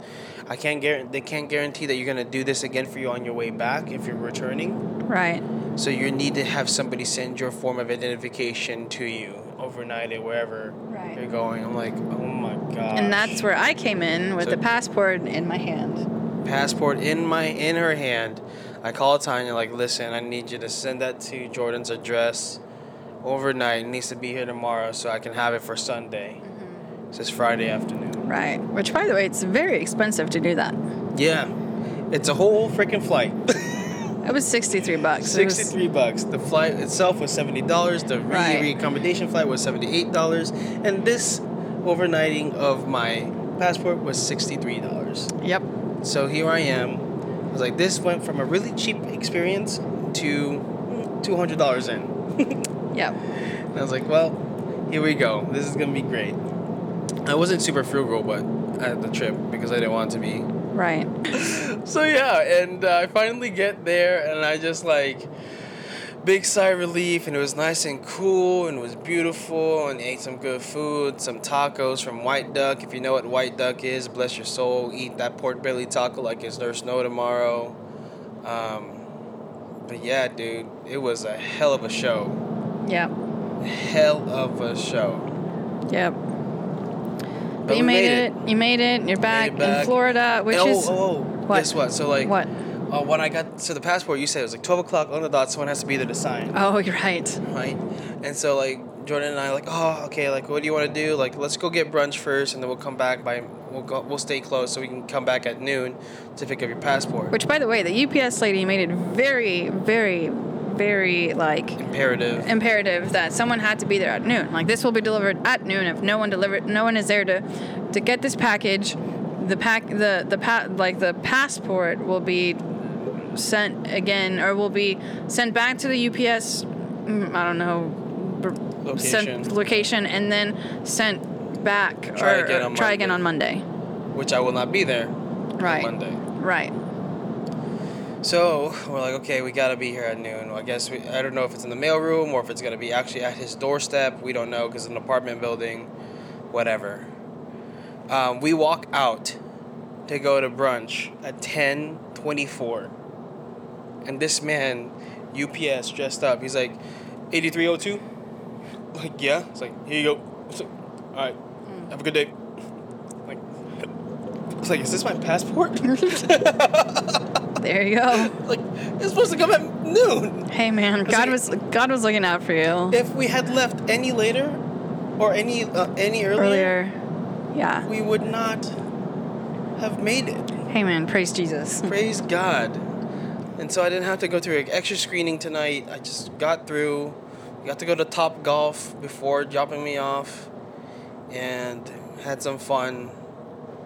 B: I can't guarantee, they can't guarantee that you're going to do this again for you on your way back if you're returning.
A: Right.
B: So you need to have somebody send your form of identification to you overnight or wherever
A: Right.
B: you're going. I'm like, oh my god.
A: And that's where I came in with
B: So-
A: the passport in my hand.
B: passport in my in her hand. I call Tanya like, listen, I need you to send that to Jordan's address overnight. It needs to be here tomorrow so I can have it for Sunday.
A: Mm-hmm.
B: This is Friday afternoon.
A: Right. Which, by the way, it's very expensive to do that.
B: Yeah, it's a whole freaking flight.
A: It was 63 bucks. It was-
B: Sixty-three bucks. The flight itself was seventy dollars. The re-
A: Right.
B: reaccommodation flight was seventy-eight dollars, and this overnighting of my passport was sixty-three dollars.
A: yep.
B: So here I am. I was like, this went from a really cheap experience to two hundred dollars in.
A: Yep.
B: And I was like, well, here we go. This is gonna be great. I wasn't super frugal, but at the trip because I didn't want to be.
A: Right.
B: So yeah, and uh, I finally get there, and I just like big sigh of relief, and it was nice and cool, and it was beautiful, and ate some good food, some tacos from White Duck. If you know what White Duck is, bless your soul. Eat that pork belly taco like it's there's snow tomorrow. Um, but yeah, dude, it was a hell of a show.
A: Yep.
B: Hell of a show.
A: Yep. But
B: we
A: you made,
B: made
A: it. You made it. You're back, in
B: back.
A: Florida, which
B: oh,
A: is
B: oh, oh.
A: What?
B: guess what? So like,
A: what?
B: Uh, when I got to the passport, you said it was like twelve o'clock on the dot. Someone has to be there to sign,
A: Oh, you're right.
B: right? And so like Jordan and I like, oh, okay. Like, what do you want to do? Like, let's go get brunch first, and then we'll come back by. We'll go. We'll stay close so we can come back at noon to pick up your passport.
A: Which, by the way, the UPS lady made it very, very, very like
B: Imperative.
A: imperative that someone had to be there at noon. Like this will be delivered at noon. If no one delivered, no one is there to to get this package. The pack, the the pa- like the passport will be sent again, or will be sent back to the UPS. mm, I don't know br-
B: Location.
A: Sent location and then sent back
B: Try
A: or
B: again on
A: try again on Monday.
B: which I will not be there.
A: Right.
B: On Monday.
A: Right.
B: So we're like, okay, we gotta be here at noon. Well, I guess we, I don't know if it's in the mailroom or if it's gonna be actually at his doorstep. We don't know because an apartment building, whatever. Um, we walk out to go to brunch at ten twenty four, and this man, UPS dressed up, he's like, eighty three oh two. Like yeah, it's like here you go. It's like, All right, have a good day. Like, it's like, is this my passport?
A: There you go.
B: Like, it's supposed to come at noon.
A: Hey man, God
B: like-
A: was God was looking out for you
B: If we had left any later, or any uh, any earlier,
A: earlier. Yeah.
B: we would not have made it.
A: Hey man, praise Jesus.
B: Praise God. And so I didn't have to go through an extra screening tonight. I just got through. Got to go to Top Golf before dropping me off, and had some fun.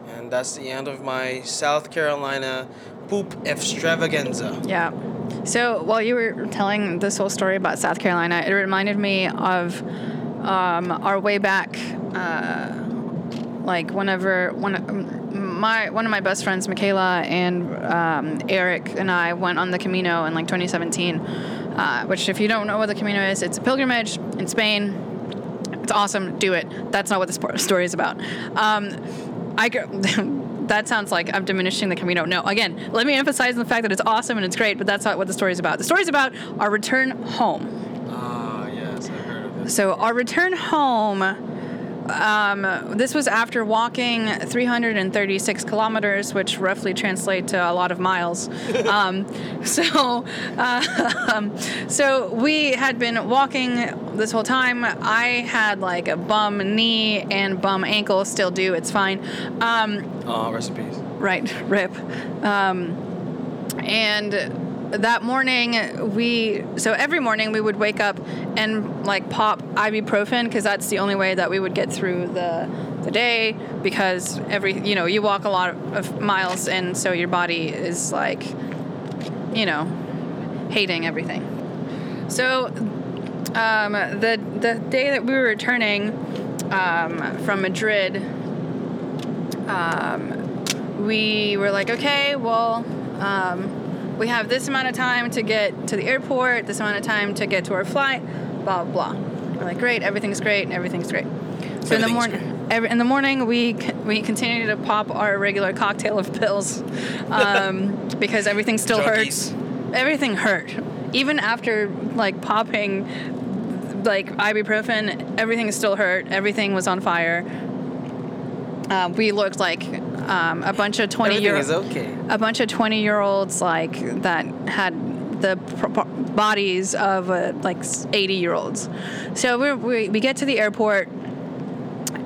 B: And that's the end of my South Carolina poop extravaganza.
A: Yeah. So while you were telling this whole story about South Carolina, it reminded me of um, our way back. Uh, like whenever one um, my one of my best friends, Michaela and um, Eric and I went on the Camino in like 2017. Uh, which, if you don't know what the Camino is, it's a pilgrimage in Spain. It's awesome. Do it. That's not what this por- story is about. Um, I gr- that sounds like I'm diminishing the Camino. No, again, let me emphasize the fact that it's awesome and it's great, but that's not what the story is about. The story is about our return home.
B: Ah, yes, I heard of this.
A: So our return home. Um, this was after walking 336 kilometers, which roughly translate to a lot of miles. um, so, uh, um, so we had been walking this whole time. I had like a bum knee and bum ankle. Still do. It's fine. Um,
B: Ah, recipes.
A: Right, rip. Um, and that morning, we so every morning we would wake up and like pop ibuprofen because that's the only way that we would get through the the day because every you know you walk a lot of miles and so your body is like you know hating everything. So um, the the day that we were returning um, from Madrid um, we were like, okay, well, um, we have this amount of time to get to the airport, this amount of time to get to our flight, blah blah. We're like, great, everything's great, everything's great. So in the
B: Everything's
A: morning, every, in the morning, we c- we continue to pop our regular cocktail of pills um, because everything still
B: Junkies.
A: hurts. Everything hurt, even after like popping like ibuprofen. Everything still hurt. Everything was on fire. Uh, we looked like um, a bunch of twenty
B: Everything
A: year
B: is okay.
A: a bunch of 20 year olds like that had the pr- pr- bodies of uh, like 80 year olds. So we're, we, we get to the airport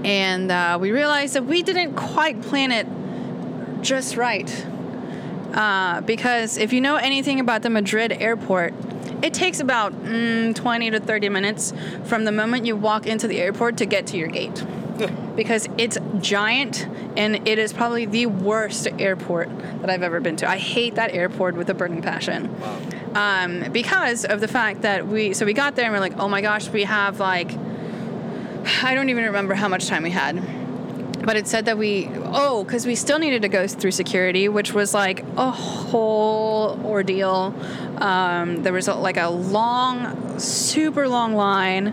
A: and uh, we realize that we didn't quite plan it just right. Uh, because if you know anything about the Madrid airport, it takes about mm, 20 to 30 minutes from the moment you walk into the airport to get to your gate. because it's giant and it is probably the worst airport that I've ever been to. I hate that airport with a burning passion. Um, because of the fact that we, so we got there and we're like, oh my gosh, we have like, I don't even remember how much time we had. But it said that we, oh, because we still needed to go through security, which was like a whole ordeal. Um, there was like a long, super long line.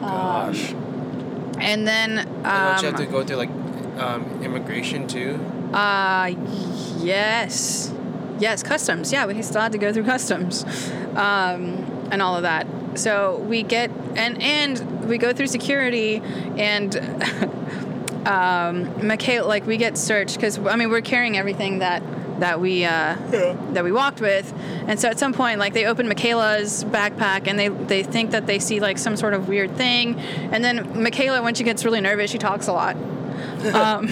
B: Gosh.
A: And then. Um,
B: and don't you have to go through like um, immigration too?
A: Uh, yes. Yes, customs. Yeah, we still had to go through customs um, and all of that. So we get, and, and we go through security and. Um, Mikhail, like we get searched because I mean we're carrying everything that that we uh, that we walked with, and so at some point like they open Michaela's backpack and they they think that they see like some sort of weird thing, and then Michaela when she gets really nervous she talks a lot, um,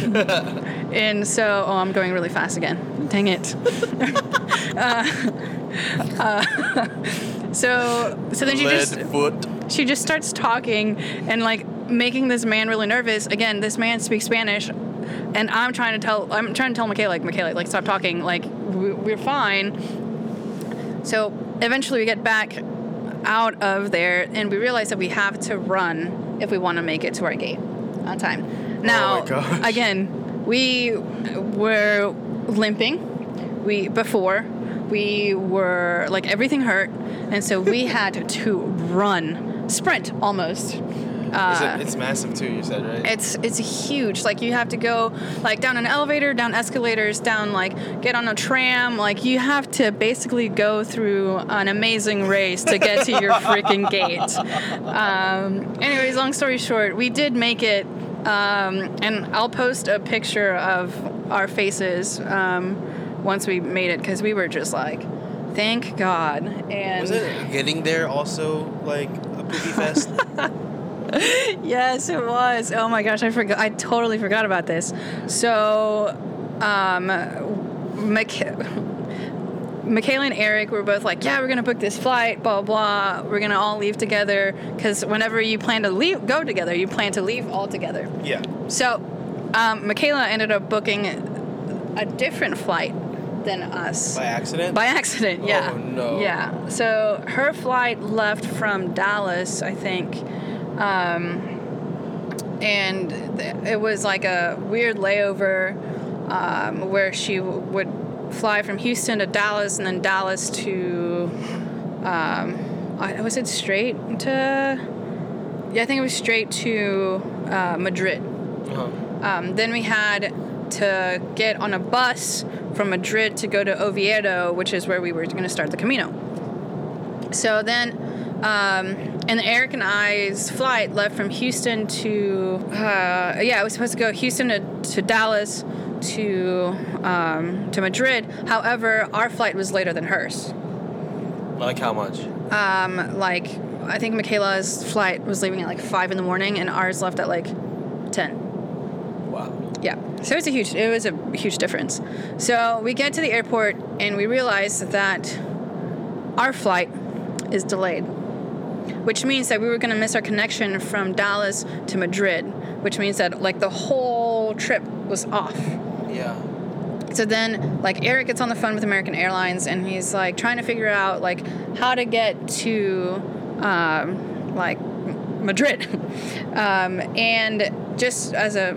A: and so, oh, I'm going really fast again. Dang it. Uh, uh, so, so then she
B: Lead
A: just
B: foot.
A: she just starts talking and like making this man really nervous. Again, this man speaks Spanish, and I'm trying to tell I'm trying to tell Michaela like Michaela like stop talking like we- we're fine. So eventually we get back out of there and we realize that we have to run if we want to make it to our gate on time. Now
B: gosh.
A: again, we were limping. We before we were like everything hurt, and so we had to run, sprint almost.
B: Is it-
A: uh,
B: it's massive too. You said right?
A: It's it's huge. Like you have to go like down an elevator, down escalators, down like get on a tram. Like you have to basically go through an amazing race to get to your freaking gate. Um, anyways, long story short, we did make it. Um, and I'll post a picture of our faces um, once we made it because we were just like, thank God. And
B: Was it getting there also like a poopy fest?
A: yes, it was. Oh my gosh, I forgot. I totally forgot about this. So, um, Micha- Michaela and Eric were both like, "Yeah, we're gonna book this flight. Blah blah. blah. We're gonna all leave together because whenever you plan to leave, go together. You plan to leave all together."
B: yeah.
A: So, um, Michaela ended up booking a different flight than us.
B: By accident.
A: By accident, yeah.
B: Oh, no.
A: Yeah. So her flight left from Dallas, I think. Um, and th- it was like a weird layover um, where she w- would fly from Houston to Dallas and then Dallas to, um, I, was it straight to, yeah, I think it was straight to uh, Madrid.
B: Uh-huh.
A: Um, then we had to get on a bus from Madrid to go to Oviedo, which is where we were going to start the Camino. So then, um, and Eric and I's flight left from Houston to, uh, yeah, it was supposed to go Houston to, to Dallas to um, to Madrid. However, our flight was later than hers.
B: Like how much?
A: Um, like, I think Michaela's flight was leaving at like 5 in the morning, and ours left at like 10.
B: Wow.
A: Yeah. So it's a huge it was a huge difference. So we get to the airport and we realize that our flight is delayed. Which means that we were going to miss our connection from Dallas to Madrid, which means that like the whole trip was off.
B: Yeah.
A: So then like Eric gets on the phone with American Airlines and he's like trying to figure out like how to get to um, like Madrid. um, and just as a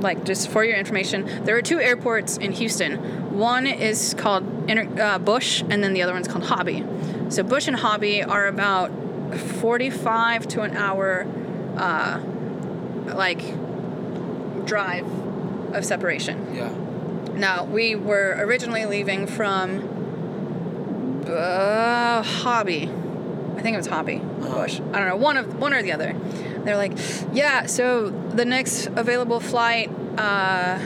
A: like just for your information, there are two airports in Houston. One is called Inter- uh, Bush, and then the other one's called Hobby. So Bush and Hobby are about forty-five to an hour, uh, like drive of separation.
B: Yeah.
A: Now we were originally leaving from uh, Hobby. I think it was Hobby or Bush. I don't know, one of one or the other. They're like, yeah. So the next available flight uh,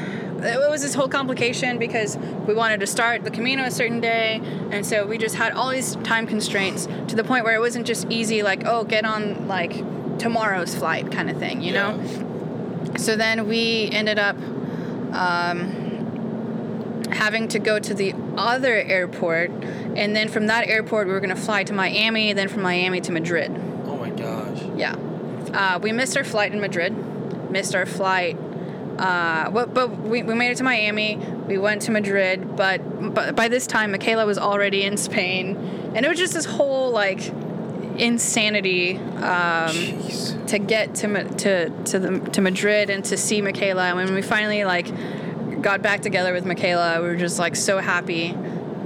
A: it was this whole complication because we wanted to start the Camino a certain day, and so we just had all these time constraints to the point where it wasn't just easy, like, oh, get on like tomorrow's flight kind of thing, you know? So then we ended up um, having to go to the other airport, and then from that airport, we were going to fly to Miami, and then from Miami to Madrid.
B: Oh my gosh.
A: Yeah. Uh, we missed our flight in Madrid, missed our flight. Uh, but but we, we made it to Miami. We went to Madrid, but, but by this time, Michaela was already in Spain. And it was just this whole like insanity um,
B: Jeez.
A: to get to, Ma- to, to, the, to Madrid and to see Michaela. And when we finally like got back together with Michaela, we were just like so happy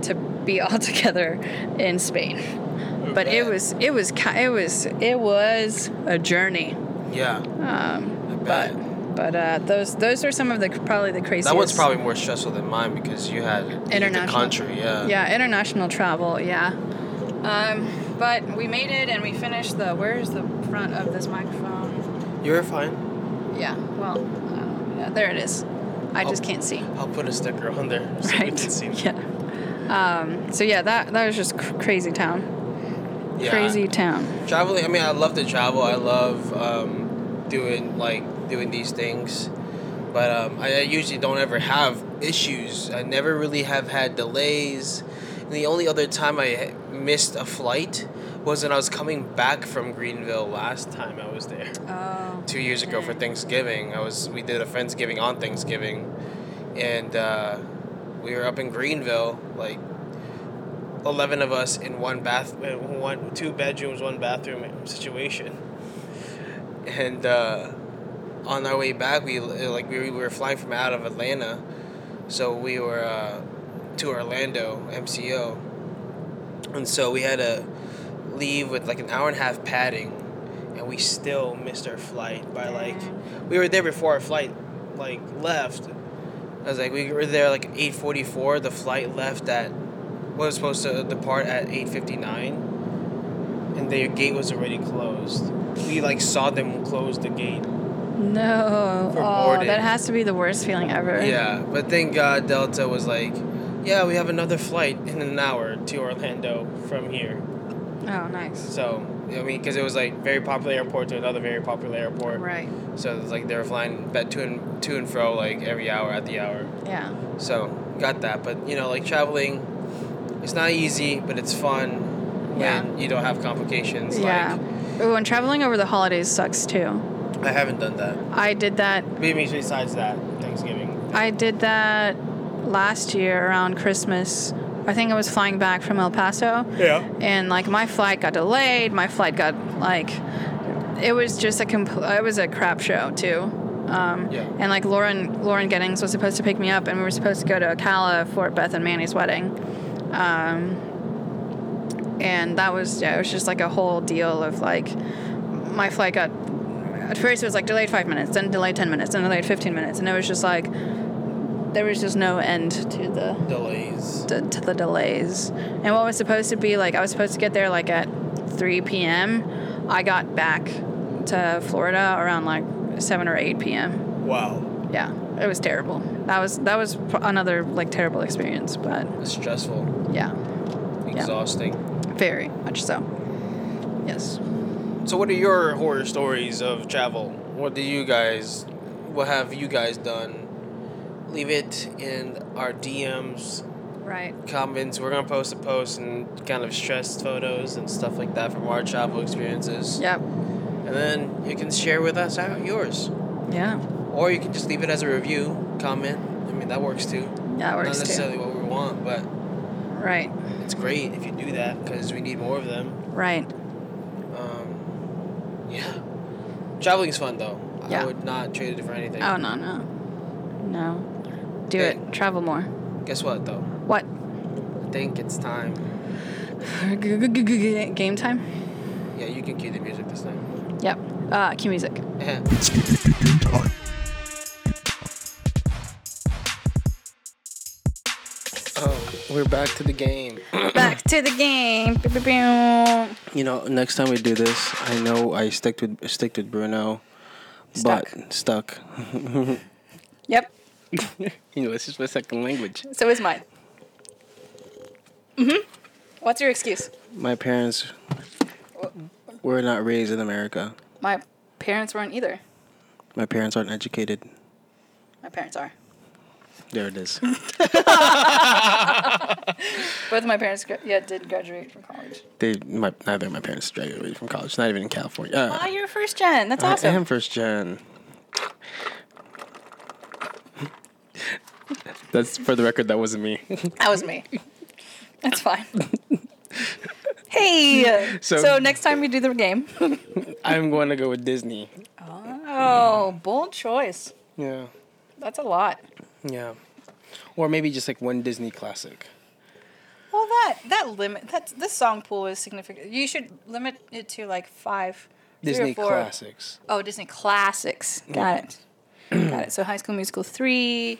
A: to be all together in Spain. But it
B: bet.
A: was it was ki- it was it was a journey.
B: Yeah. I
A: Um,
B: bet.
A: but but uh, those those are some of the probably the craziest.
B: That one's probably more stressful than mine because you had to leave the
A: International.
B: country. Yeah.
A: yeah international travel yeah. Um, but we made it and we finished the where's the front of this microphone?
B: You're fine.
A: Yeah, well, uh, yeah, there it is. I just
B: Oh.
A: can't see.
B: I'll put a sticker on there so you
A: Right.
B: can see.
A: Yeah. Um, so yeah, that that was just cr- crazy town.
B: Yeah.
A: Crazy town.
B: traveling i mean i love to travel i love um, doing like doing these things but um, I, I usually don't ever have issues i never really have had delays and the only other time i ha- missed a flight was when i was coming back from greenville last time i was there
A: Oh.
B: two years ago for Thanksgiving. I was we did a Friendsgiving on Thanksgiving, and uh, we were up in Greenville, like eleven of us in one bath, uh, one two bedrooms, one bathroom situation, and uh, on our way back, we uh, like we were flying from out of Atlanta, so we were uh, to Orlando MCO, and so we had to leave with like an hour and a half padding, and we still missed our flight by like we were there before our flight like left. I was like we were there like eight forty four. The flight left at was supposed to depart at eight fifty nine, and their gate was already closed. We like saw them close the gate.
A: No.
B: For
A: Oh,
B: boarding.
A: that has to be the worst feeling ever.
B: Yeah, but thank God Delta was like, yeah, we have another flight in an hour to Orlando from here.
A: Oh, nice.
B: So, I mean, because it was like very popular airport to another very popular airport.
A: Right.
B: So it's like they were flying back to and to and fro like every hour at the hour.
A: Yeah.
B: So got that, but you know, like traveling, it's not easy, but it's fun when
A: Yeah.
B: you don't have complications.
A: yeah. Ooh, and traveling over the holidays sucks too.
B: Like I haven't done that.
A: I did that.
B: Maybe besides that, Thanksgiving.
A: I did that last year around Christmas. I think I was flying back from El Paso.
B: Yeah.
A: and like my flight got delayed. My flight got like it was just a compl- it was a crap show too. Um,
B: Yeah.
A: And like Lauren Lauren Gettings was supposed to pick me up, and we were supposed to go to Ocala for Beth and Manny's wedding. Um, and that was yeah, it was just like a whole deal of like my flight got at first it was like delayed five minutes, then delayed ten minutes, then delayed fifteen minutes, and it was just like there was just no end to the
B: Delays.
A: to, to the delays. And what was supposed to be like, I was supposed to get there like at 3 p.m. I got back to Florida around like 7 or 8 p.m.
B: Wow.
A: Yeah, it was terrible. That was that was p- another like terrible experience, but
B: It's stressful,
A: yeah,
B: exhausting.
A: very much so. Yes.
B: So, what are your horror stories of travel? What do you guys, what have you guys done? Leave it in our DMs,
A: Right.
B: comments. We're gonna post a post and kind of stress photos and stuff like that from our travel experiences.
A: Yep.
B: And then you can share with us how yours,
A: Yeah.
B: or you can just leave it as a review comment. I mean, that works too.
A: That
B: Not
A: works too.
B: necessarily what we want, but
A: Right.
B: it's great if you do that because we need more of them.
A: Right.
B: Um, yeah, traveling's fun though. I
A: Yeah.
B: would not trade it for anything.
A: Oh no no, no. Do
B: Yeah.
A: it. Travel more.
B: Guess what though?
A: What?
B: I think it's time.
A: Game time.
B: Yeah, you can cue the music this time.
A: Yep. Uh, cue music.
B: oh, we're back to the game.
A: Back to the game. Pew, pew, pew.
B: You know, next time we do this, I know I stick with stick with Bruno,
A: Stuck.
B: but stuck.
A: Yep.
B: English is my second language.
A: So is mine. Mm-hmm. What's your excuse?
B: My parents were not raised in America.
A: My parents weren't either.
B: My parents aren't educated.
A: My parents are.
B: There it is.
A: Both of my parents, gra- yeah, did graduate from college.
B: they, my, neither of my parents graduated from college. Not even in California. Uh,
A: Ah, you're first gen. That's
B: I
A: awesome.
B: am first gen. That's for the record. That wasn't me.
A: That was me. That's fine. hey.
B: So-
A: So, next time we do the game.
B: I'm going to go with Disney.
A: Oh, bold choice.
B: Yeah,
A: That's a lot.
B: yeah, or maybe just like one Disney classic.
A: Well, that that limit that this song pool is significant. You should limit it to like five, three or
B: Disney
A: four.
B: classics.
A: Oh, Disney classics. Got it. got it. So High School Musical three,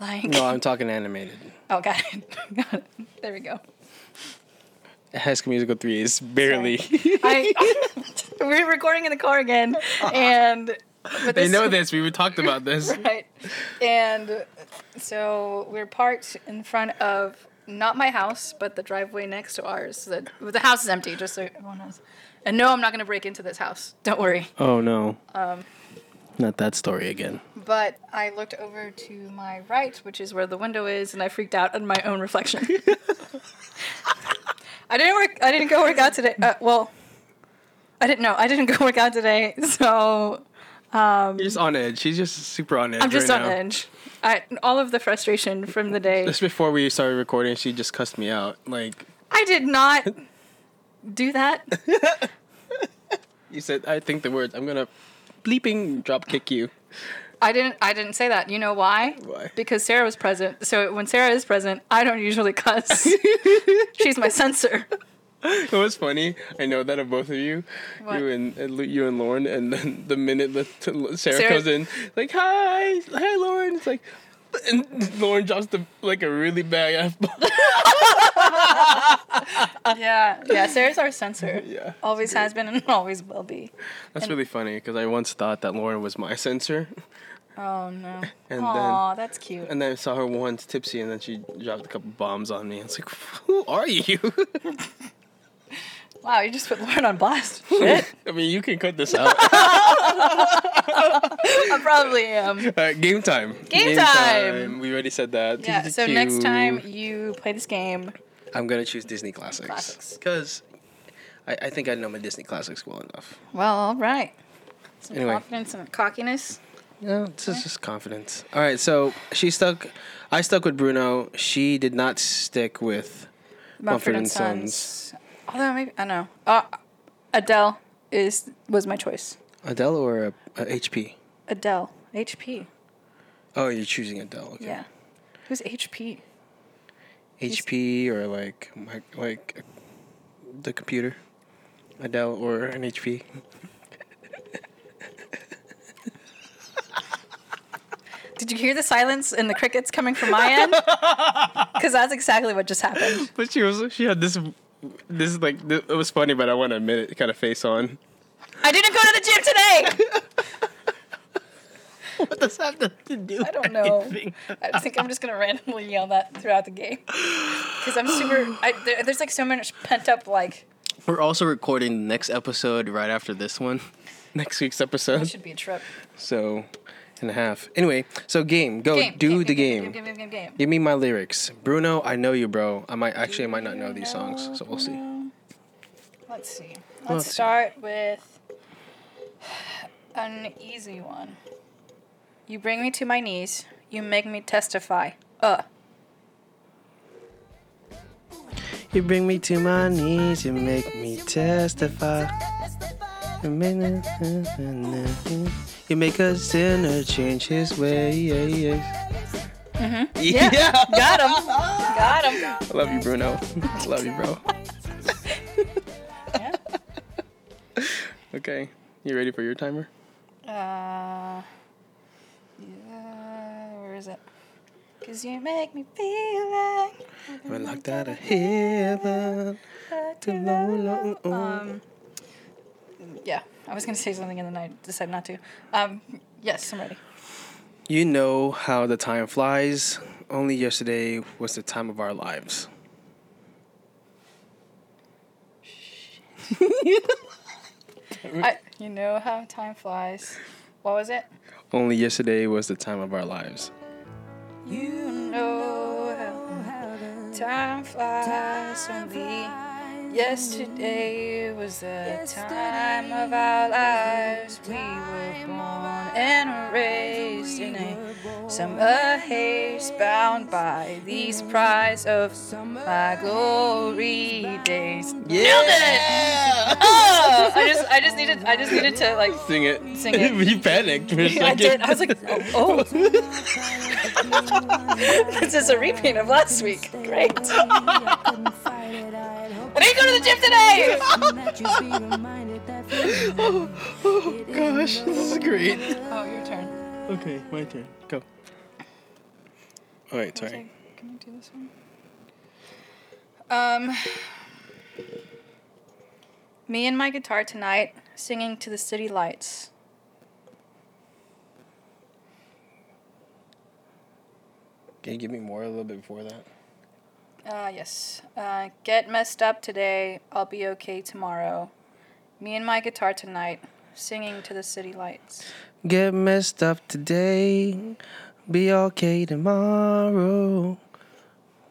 A: like
B: No, I'm talking animated.
A: oh, got it. got it. There we go.
B: High School Musical three is barely.
A: I we're recording in the car again, and but
B: Uh-huh. they
A: this-
B: know this. We talked about this.
A: right. And so we're parked in front of not my house, but the driveway next to ours. The, the house is empty, just so everyone knows. And no, I'm not going to break into this house. Don't worry.
B: Oh no. Um. Not that story again.
A: But I looked over to my right, which is where the window is, and I freaked out at my own reflection. I didn't work. I didn't go work out today. Uh, well, I didn't know. I didn't go work out today, so
B: You're just on edge. She's just super on edge.
A: I'm just
B: right
A: on
B: now.
A: edge. I, all of the frustration from the day.
B: Just before we started recording, she just cussed me out. Like
A: I did not do that.
B: you said, I think the words. I'm gonna bleeping drop kick you.
A: I didn't. I didn't say that. You know why?
B: Why?
A: Because Sarah was present. So when Sarah is present, I don't usually cuss. She's my censor.
B: It was funny. I know that of both of you,
A: What?
B: you and, and Lu- you and Lauren. And then the minute that Sarah,
A: Sarah-
B: comes in, like hi, hi Lauren. It's like, and Lauren drops the like a really bad f bomb.
A: Yeah, yeah. Sarah's our censor.
B: Yeah,
A: Always has been and always will be.
B: That's really funny because I once thought that Lauren was my censor,
A: Oh no.
B: and then.
A: Aw, that's cute.
B: And then I saw her once tipsy, and then she dropped a couple bombs on me. I was like, "Who are you?"
A: Wow, you just put Lauren on blast. Shit.
B: I mean, you can cut this out.
A: I probably am.
B: All right, Uh, game time.
A: Game time.
B: We already said that.
A: Yeah. So next time you play this game,
B: I'm gonna choose Disney classics
A: Classics.
B: because I, I think I know my Disney classics well enough.
A: well, all right. Some
B: Anyway.
A: confidence and cockiness.
B: No, this is just confidence. All right, so she stuck. I stuck with Bruno. She did not stick with.
A: Mumford
B: Mumford
A: and
B: and
A: Sons. Although maybe I don't know. Uh, Adele is was my choice.
B: Adele or uh, uh, HP.
A: Adele, HP.
B: Oh, you're choosing Adele. Okay.
A: Yeah. Who's HP?
B: HP or like my, like the computer. Adele or an HP.
A: Did you hear the silence and the crickets coming from my end? Because that's exactly what just happened.
B: But she was she had this this like th it was funny, but I want to admit it kind of face on.
A: I didn't go to the gym today.
B: What does that have to do?
A: I don't know. I think I'm just gonna randomly yell that throughout the game. Because I'm super. I, there, there's like so much pent up like.
B: We're also recording the next episode right after this one. Next week's
A: This
B: episode.
A: should be a trip.
B: So and a half. Anyway, so game, go do the game.
A: Oh, Game. Game. Game. Game.
B: Give me my lyrics. Bruno, I know you, bro. I might actually I might not know these songs, so we'll see.
A: Let's see. Let's,
B: Let's see.
A: start with an easy one. You bring me to my knees. You make me testify. Uh.
B: You bring me to my knees, you make me testify. You make, you make a sinner change his ways.
A: Yeah. Got him. Got him.
B: I love you, Bruno. love you, bro.
A: Yeah.
B: Okay, you ready for your timer?
A: Uh, yeah. Where is it? Cause you make me feel like
B: We're locked out of heaven.
A: I
B: Too
A: do
B: low, low,
A: love-
B: oh.
A: Um. Yeah, I was gonna say something and then I decided not to. Um. Yes, I'm ready.
B: You know how the time flies. Only yesterday was the time of our lives.
A: I, you know how time flies. What was it?
B: Only yesterday was the time of our lives.
A: You know how time flies only. Yesterday was the time of our lives. We were born and raised in a summer haze, bound by these prize of my glory days. Nailed it! Oh, I just, I just needed, I just needed to like
B: Sing it.
A: Sing it.
B: you panicked for a second.
A: I did. I was like, oh, oh. this is a repeat of last week. Great. I didn't go to the gym today.
C: oh,
B: Gosh, this is great.
A: Oh, your turn.
B: Okay, my turn. Go. All right, sorry.
A: Can we do this one? Um, me and my guitar tonight, singing to the city lights.
B: Can you give me more a little bit before that?
A: Uh, yes. Uh, get messed up today. I'll be okay tomorrow. Me and my guitar tonight, singing to the city lights.
B: Get messed up today, be okay tomorrow.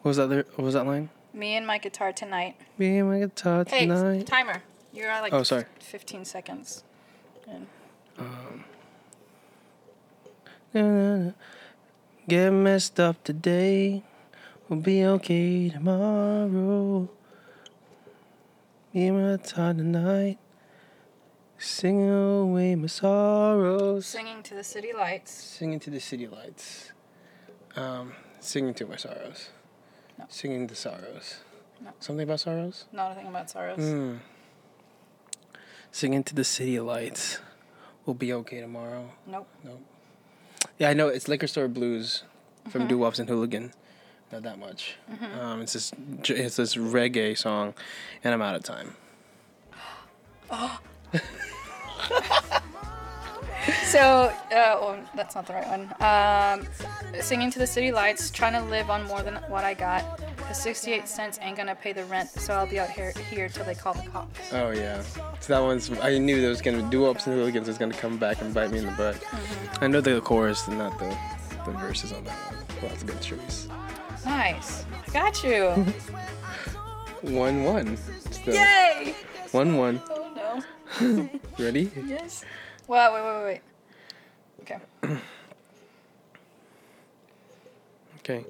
B: What was that? There, what was that line?
A: Me and my guitar tonight.
B: Be my guitar
A: Hey,
B: tonight.
A: timer. You're at like
B: Oh, sorry.
A: 15 seconds. And
B: Na-na-na. Get messed up today, we'll be okay tomorrow. Be my guitar tonight, sing away my sorrows.
A: singing to the city lights.
B: Singing to the city lights. Um, singing to my sorrows.
A: No.
B: Singing the sorrows.
A: No.
B: Something about sorrows?
A: Not a thing about sorrows.
B: Mm. Singing to the city lights. We'll be okay tomorrow.
A: Nope.
B: Yeah, I know it's liquor store blues
A: Mm-hmm.
B: from Doo Wops and Hooligan. Not that much. Um, it's this j- it's this reggae song, and I'm out of time.
A: So, uh, well, that's not the right one. Um, singing to the city lights, trying to live on more than what I got. The 68 cents ain't gonna pay the rent, so I'll be out here here till they call the cops.
B: Oh yeah, so that one's I knew that was gonna Doo Wops and Hooligans was gonna come back and bite me in the butt.
A: Mm-hmm.
B: I know the chorus and not the the verses on that one. Well, that's a good choice.
A: Nice. Got you.
B: One one. Still.
A: Yay!
B: One one.
A: Oh no.
B: Ready?
A: Yes. Well, wait, wait, wait, wait. Okay.
B: Okay.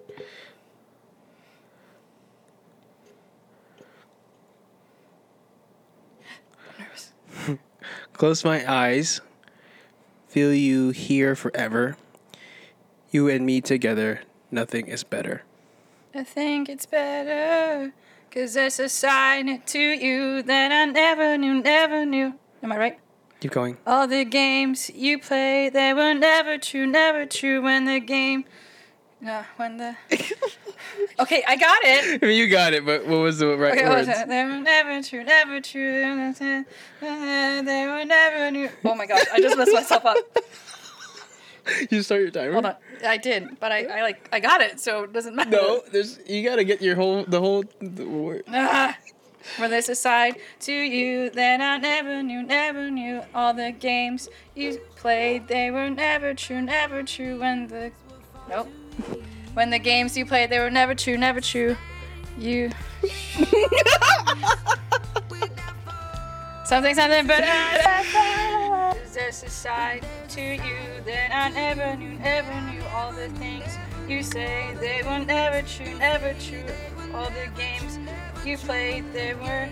A: Nervous.
B: Close my eyes. Feel you here forever. You and me together, nothing is better.
A: I think it's better. Cause there's a side to you that I never knew, never knew. Am I right?
B: Keep going.
A: All the games you play, they were never true, never true when the game. No, when the. okay, I got it.
B: I mean, you got it, but what was the right
A: Okay, what was
B: words?
A: it? They were never true, never true. They were never- they were never new. Oh my gosh, I just messed myself up.
B: You start your timer.
A: Hold on. I did, but I, I like I got it, so it doesn't matter.
B: No, there's you gotta get your whole the whole the word.
A: Ah, for this aside to you that I never knew, never knew. All the games you played, they were never true, never true. When the nope, when the games you played, they were never true, never true. You something, something, but I- there's a side to you that I never knew, never knew. All the things you say, they were never true, never true. All the games you played, they were.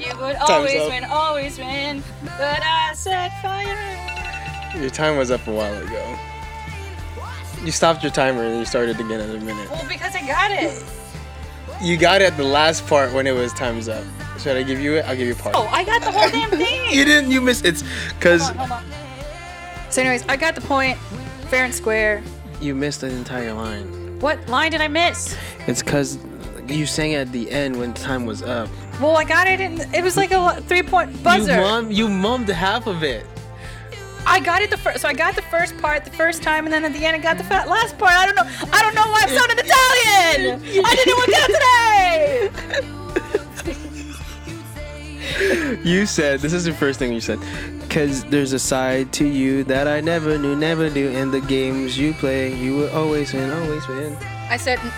A: You would always
B: up.
A: win, always win, but I set fire.
B: Your time was up a while ago. You stopped your timer and you started again in a minute.
A: Well, because I got it.
B: You got it at the last part when it was time's up. Should I give you it? I'll give you part.
A: Oh, I got the whole damn thing.
B: You didn't. You missed. It's because
A: Hold on, hold on. So, anyways, I got the point, fair and square.
B: you missed an entire line.
A: What line did I miss?
B: It's because you sang at the end when time was up.
A: Well, I got it in. It was like a three point buzzer.
B: You mum. You mummed half of it.
D: I got it the first, so I got the first part the first time, and then at the end I got the fa- last part. I don't know. I don't know why I sounded Italian. I didn't work out today.
B: You said this is the first thing you said. Cause there's a side to you that I never knew, never knew. In the games you play, you will always win, always win.
D: I said oh,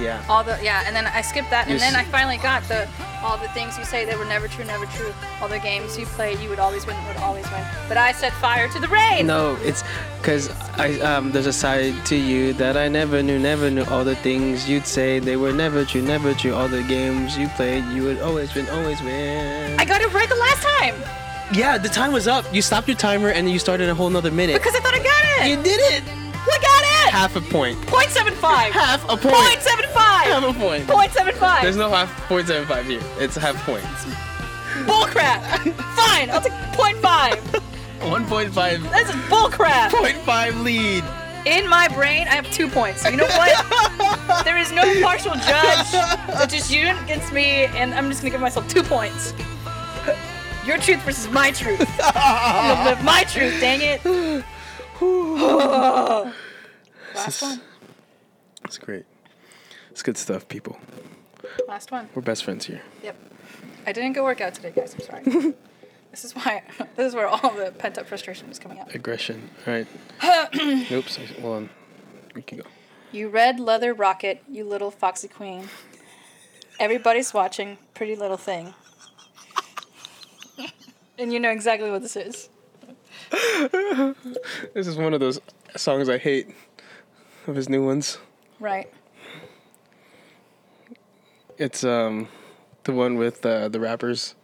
B: Yeah.
D: all the yeah, and then I skipped that, and
B: You
D: then
B: s-
D: I finally got the all the things you say that were never true, never true. All the games you play, you would always win, would always win. But I said fire to the rain.
B: No, it's cause I um there's a side to you that I never knew, never knew. All the things you'd say, they were never true, never true. All the games you played, you would always win, always win.
D: I got it right the last time
B: yeah, the time was up. You stopped your timer and you started a whole nother minute.
D: because I thought I got it.
B: you did it!
D: Look at it.
B: Half a point.
D: Point seven five.
B: Half a point.
D: Point seven
B: Half
D: five.
B: a point.
D: Point seven five.
B: There's no half point seven five here. It's half point.
D: Bullcrap. Fine, I'll take point five.
B: One point five
D: This is bullcrap.
B: point five lead.
D: In my brain, I have two points. You know what? there is no partial judge. It's just you against me, and I'm just gonna give myself two points. Your truth versus my truth. I'm gonna live my truth. Dang it. Last one.
B: It's great. It's good stuff, people.
D: Last one.
B: We're best friends here.
D: Yep. I didn't go work out today, guys. I'm sorry. this is why. This is where all the pent up frustration is coming out.
B: Aggression. All right. Oops. I- Hold on. We can go.
D: You red leather rocket, you little foxy queen. Everybody's watching, pretty little thing. and you know exactly what this is.
B: This is one of those songs I hate. Of his new ones.
D: Right.
B: It's um, the one with uh, the rappers.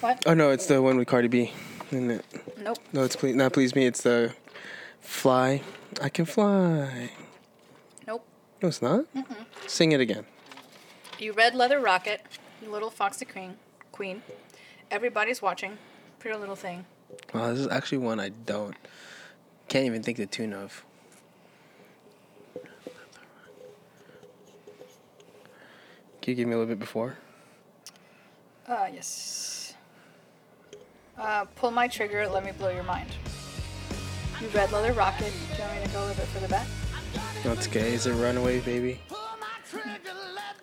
D: What?
B: Oh no, it's the one with Cardi B. Isn't it?
D: Nope.
B: No, it's please not please me. It's the fly. I can fly.
D: Nope.
B: No, it's not. Sing it again.
D: You red leather rocket, you little foxy queen. Queen. Everybody's watching, pretty little thing.
B: Wow, this is actually one I don't can't even think the tune of. Can you give me a little bit before?
D: Uh, yes. Uh, pull my trigger, let me blow your mind. You red leather rocket. Do you want me to go a little bit further back?
B: That's gay. Is it Runaway Baby?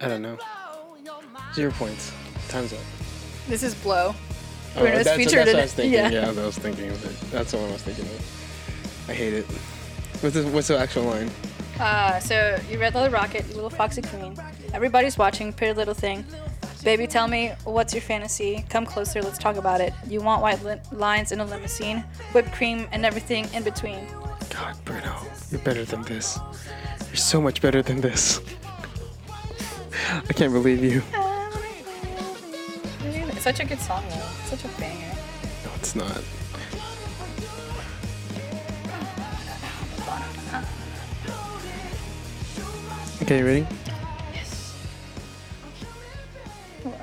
B: I don't know. Zero points. Time's up.
D: This is blow.
B: Oh,
D: Bruno's
B: that's,
D: featured
B: that's what
D: in
B: I
D: it.
B: was thinking.
D: Yeah.
B: Yeah, that's what I was thinking. of it. That's the one I was thinking of. I hate it. What's the, what's the actual line?
D: Uh, so you red leather rocket, you little foxy queen. Everybody's watching, pretty little thing. Baby, tell me what's your fantasy? Come closer, let's talk about it. You want white li- lines in a limousine, whipped cream, and everything in between.
B: God, Bruno, you're better than this. You're so much better than this. I can't believe you.
D: It's such a good song, though. It's such a banger.
B: No, it's not. Okay, you ready?
D: Yes.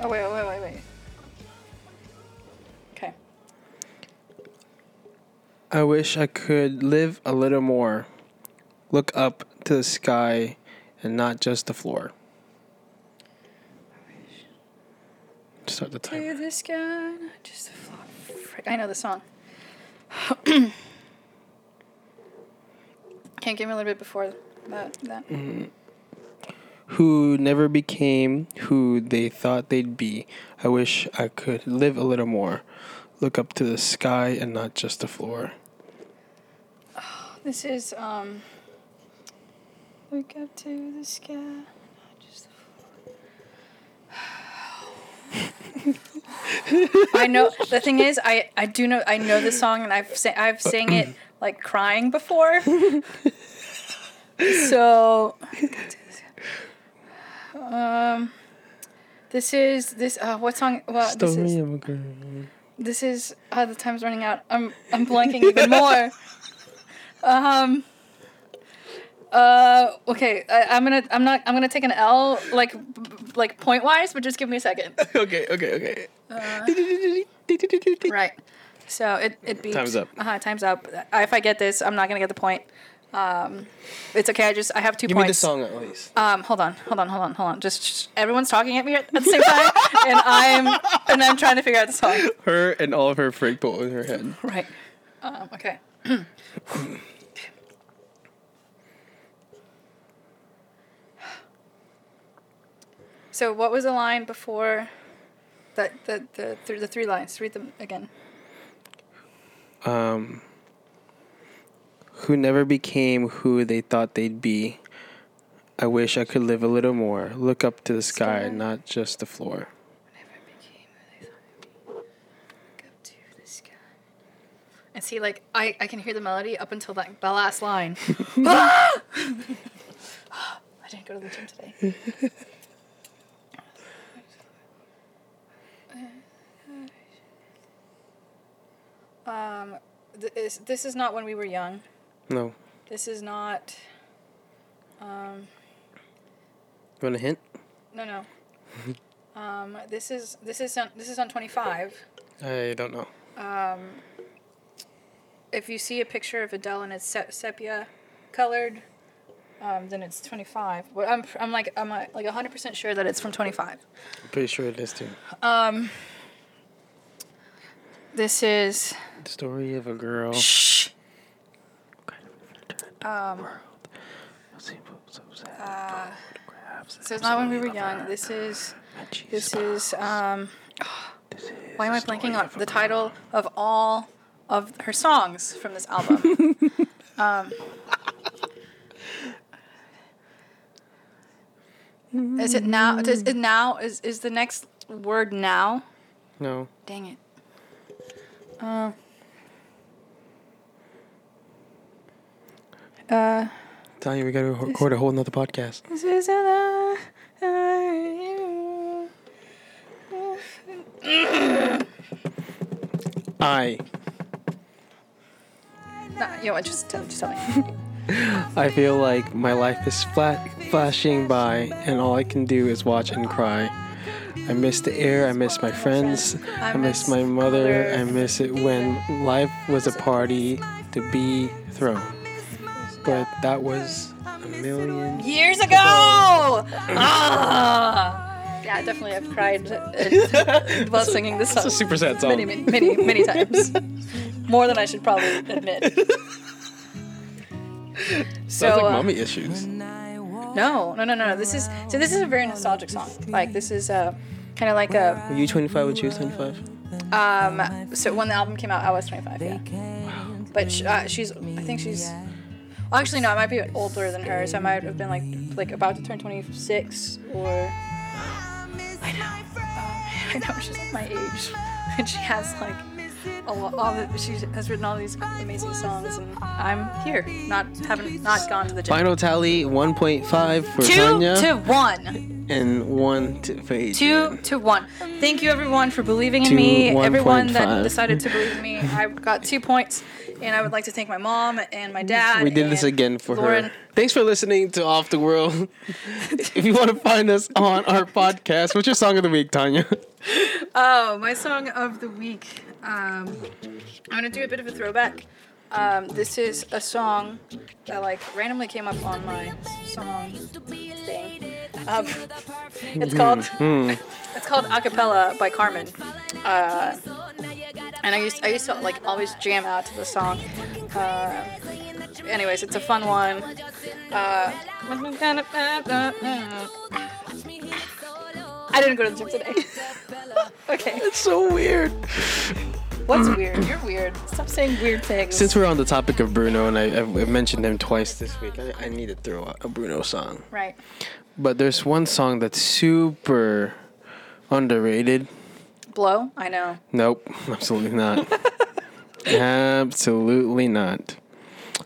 D: Oh wait, wait, wait, wait. Okay.
B: I wish I could live a little more. Look up to the sky and not just the floor. Start the
D: To
B: timer.
D: the sky, just a floor. Frick, I know the song. Can't give me a little bit before that. that.
B: Who never became who they thought they'd be. I wish I could live a little more. Look up to the sky and not just the floor.
D: This is um. Look up to the sky. not just the floor. I know the thing is I, I do know I know the song and I've sa- I've sang it like crying before. so um this is this uh what song well this is
B: Story of a girl.
D: this is uh, the time's running out. I'm I'm blanking even more. Um. Uh. Okay. I, I'm gonna. I'm not. I'm gonna take an L like b- b- like point wise, but just give me a second.
B: okay, okay, okay.
D: Uh, right. So it it beeps.
B: Time's up.
D: Uh-huh, Uh huh. Time's up. Uh, If I get this, I'm not gonna get the point. It's okay. I just I have two
B: Give me
D: points.
B: the song at least.
D: Um, hold on, hold on, hold on, hold on. Just, just everyone's talking at me at, at the same time, and I'm and I'm trying to figure out the song.
B: her and all of her freak ball in her head.
D: Right. Um, okay. so what was the line before? That the the th- the three lines. Read them again.
B: Um, who never became who they thought they'd be. I wish I could live a little more. Look up to the sky,
D: Sky.
B: not just the floor.
D: And see, like I, I can hear the melody up until that the last line. Ah! I didn't go to the gym today. um, th- is, this is not when we were young.
B: No.
D: This is not. Um,
B: You want a hint?
D: no, no. Um, this is this is on, this is on twenty five.
B: I don't know.
D: Um, if you see a picture of Adele and it's se- sepia colored, um, then it's 25. But I'm, I'm like I'm uh, like 100% sure that it's from 25.
B: I'm pretty sure it is too.
D: Um, this is
B: The story of a girl.
D: shh. So it's not when we were young. This is this is um. Why am I blanking on the title of all of her songs from this album? um, is it now? Does it now? Is is the next word now?
B: No.
D: Dang it. Uh. Uh.
B: Tanya, we gotta record a whole nother podcast.
D: This is a you.
B: I.
D: Nah, yo, I just tell, just tell me.
B: I feel like my life is flat, flashing by, and all I can do is watch and cry. I miss the air, I miss my friends, I miss my mother, I miss it when life was a party to be thrown. But that was a million.
D: Years ago. ah! Yeah, definitely. I've cried uh, while singing this song
B: super sad song.
D: many, many, many, many times. More than I should probably admit. So
B: Sounds like
D: uh,
B: mommy issues.
D: no, no, no, no, no. This is so. This is a very nostalgic song. Like this is uh, kind of like a
B: Were you 25 when she was 25?
D: um. So when the album came out, I was 25. Yeah. But sh- uh, she's, I think she's, well, actually no, I might be older than her, so I might have been like, like about to turn 26 or. I know, um, I know she's like my age, and she has like a lot. All the, she has written all these amazing songs, and I'm here, not haven't not gone to the gym.
B: Final tally 1.5 for
D: Two
B: Tanya
D: to one.
B: and 1 to, for Adrian.
D: Two to one. Thank you, everyone, for believing in
B: Two,
D: me.
B: one
D: Everyone
B: point
D: that
B: five.
D: decided to believe in me. I got two points, and I would like to thank my mom and my dad.
B: We did this
D: and
B: again for
D: Lauren.
B: her. Thanks for listening to Off the World. if you want to find us on our podcast, what's your song of the week, Tanya?
D: Oh, my song of the week. Um, I'm gonna do a bit of a throwback. Um, this is a song that like randomly came up on my song thing. Um, it's called it's called Acapella by Carmen. Uh, and I used I used to like always jam out to the song. Uh, anyways, it's a fun one. Uh, I didn't go to the gym today. okay.
B: It's so weird.
D: What's
B: Mm.
D: weird? You're weird. Stop saying weird things.
B: Since we're on the topic of Bruno, and I, I've I've mentioned him twice this week, I, I need to throw out a Bruno song.
D: right.
B: But there's one song that's super underrated.
D: Blow? I know.
B: Nope, absolutely not. absolutely not.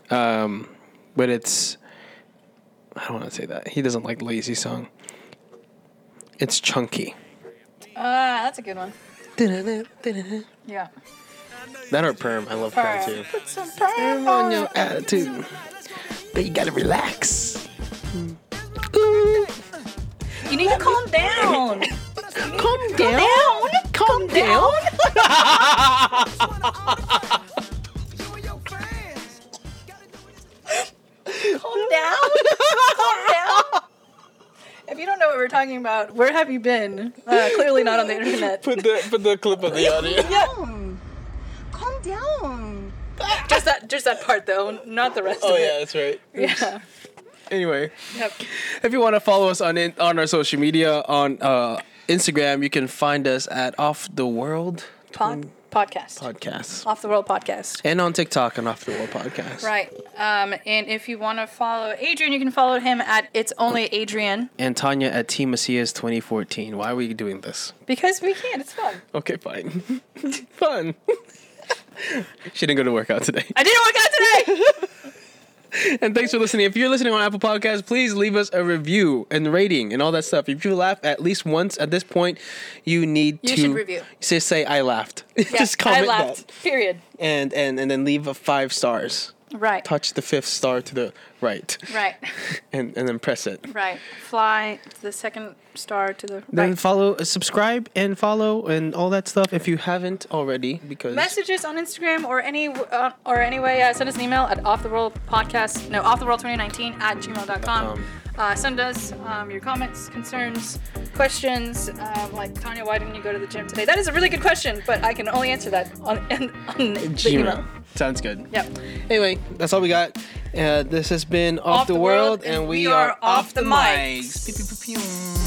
B: Um, but it's I don't want to say that. He doesn't like lazy song. It's chunky.
D: Ah, that's a good one.
B: That
D: Yeah.
B: or perm. I love perm
D: Perm.
B: too.
D: Put some
B: On
D: perm on
B: your attitude, but you gotta relax. Ooh,
D: You need to calm down.
B: Calm down. Calm down.
C: you and your friends. Gotta do it.
D: talking about where have you been? Uh, clearly not on the internet.
B: Put the put the clip on the audio.
C: down. Calm down.
D: just that, just that part though, not the rest
B: Oh
D: of
B: yeah,
D: it.
B: that's right.
D: Yeah.
B: Anyway,
D: Yep.
B: if you want to follow us on in, on our social media on uh, Instagram, you can find us at Off the World Mm.
D: Pod, podcast.
B: Podcast
D: Off the world podcast.
B: and on TikTok and Off the World Podcast.
D: Right. Um, and if you want to follow Adrian, you can follow him at it's only Adrian
B: And Tanya at Team Macias 2014. Why are we doing this?
D: because we can. It's fun.
B: Okay, fine. Fun. she didn't go to work out today.
D: I didn't work out today.
B: And thanks for listening. If you're listening on Apple Podcasts, please leave us a review and rating and all that stuff. If you laugh at least once at this point, you need
D: You
B: to
D: should review.
B: Just say I laughed. just
D: Yeah,
B: comment
D: I laughed.
B: that.
D: Period.
B: And and and then leave a five stars.
D: Right.
B: Touch the fifth star to the right.
D: Right.
B: And and then press it.
D: Right. Fly to the second star to the
B: Then
D: right.
B: follow uh, subscribe and follow and all that stuff if you haven't already because
D: Messages on Instagram or any uh, or anyway, uh, send us an email at off the world podcast. No, off the world 2019 at gmail.com.
B: Um.
D: Uh, send us um, your comments, concerns, questions. Um, like Tanya, why didn't you go to the gym today? That is a really good question, but I can only answer that on, on the email.
B: Gmail. Sounds good.
D: Yep.
B: Anyway, that's all we got. Uh, this has been Off, the, world, and we, are, off the mics.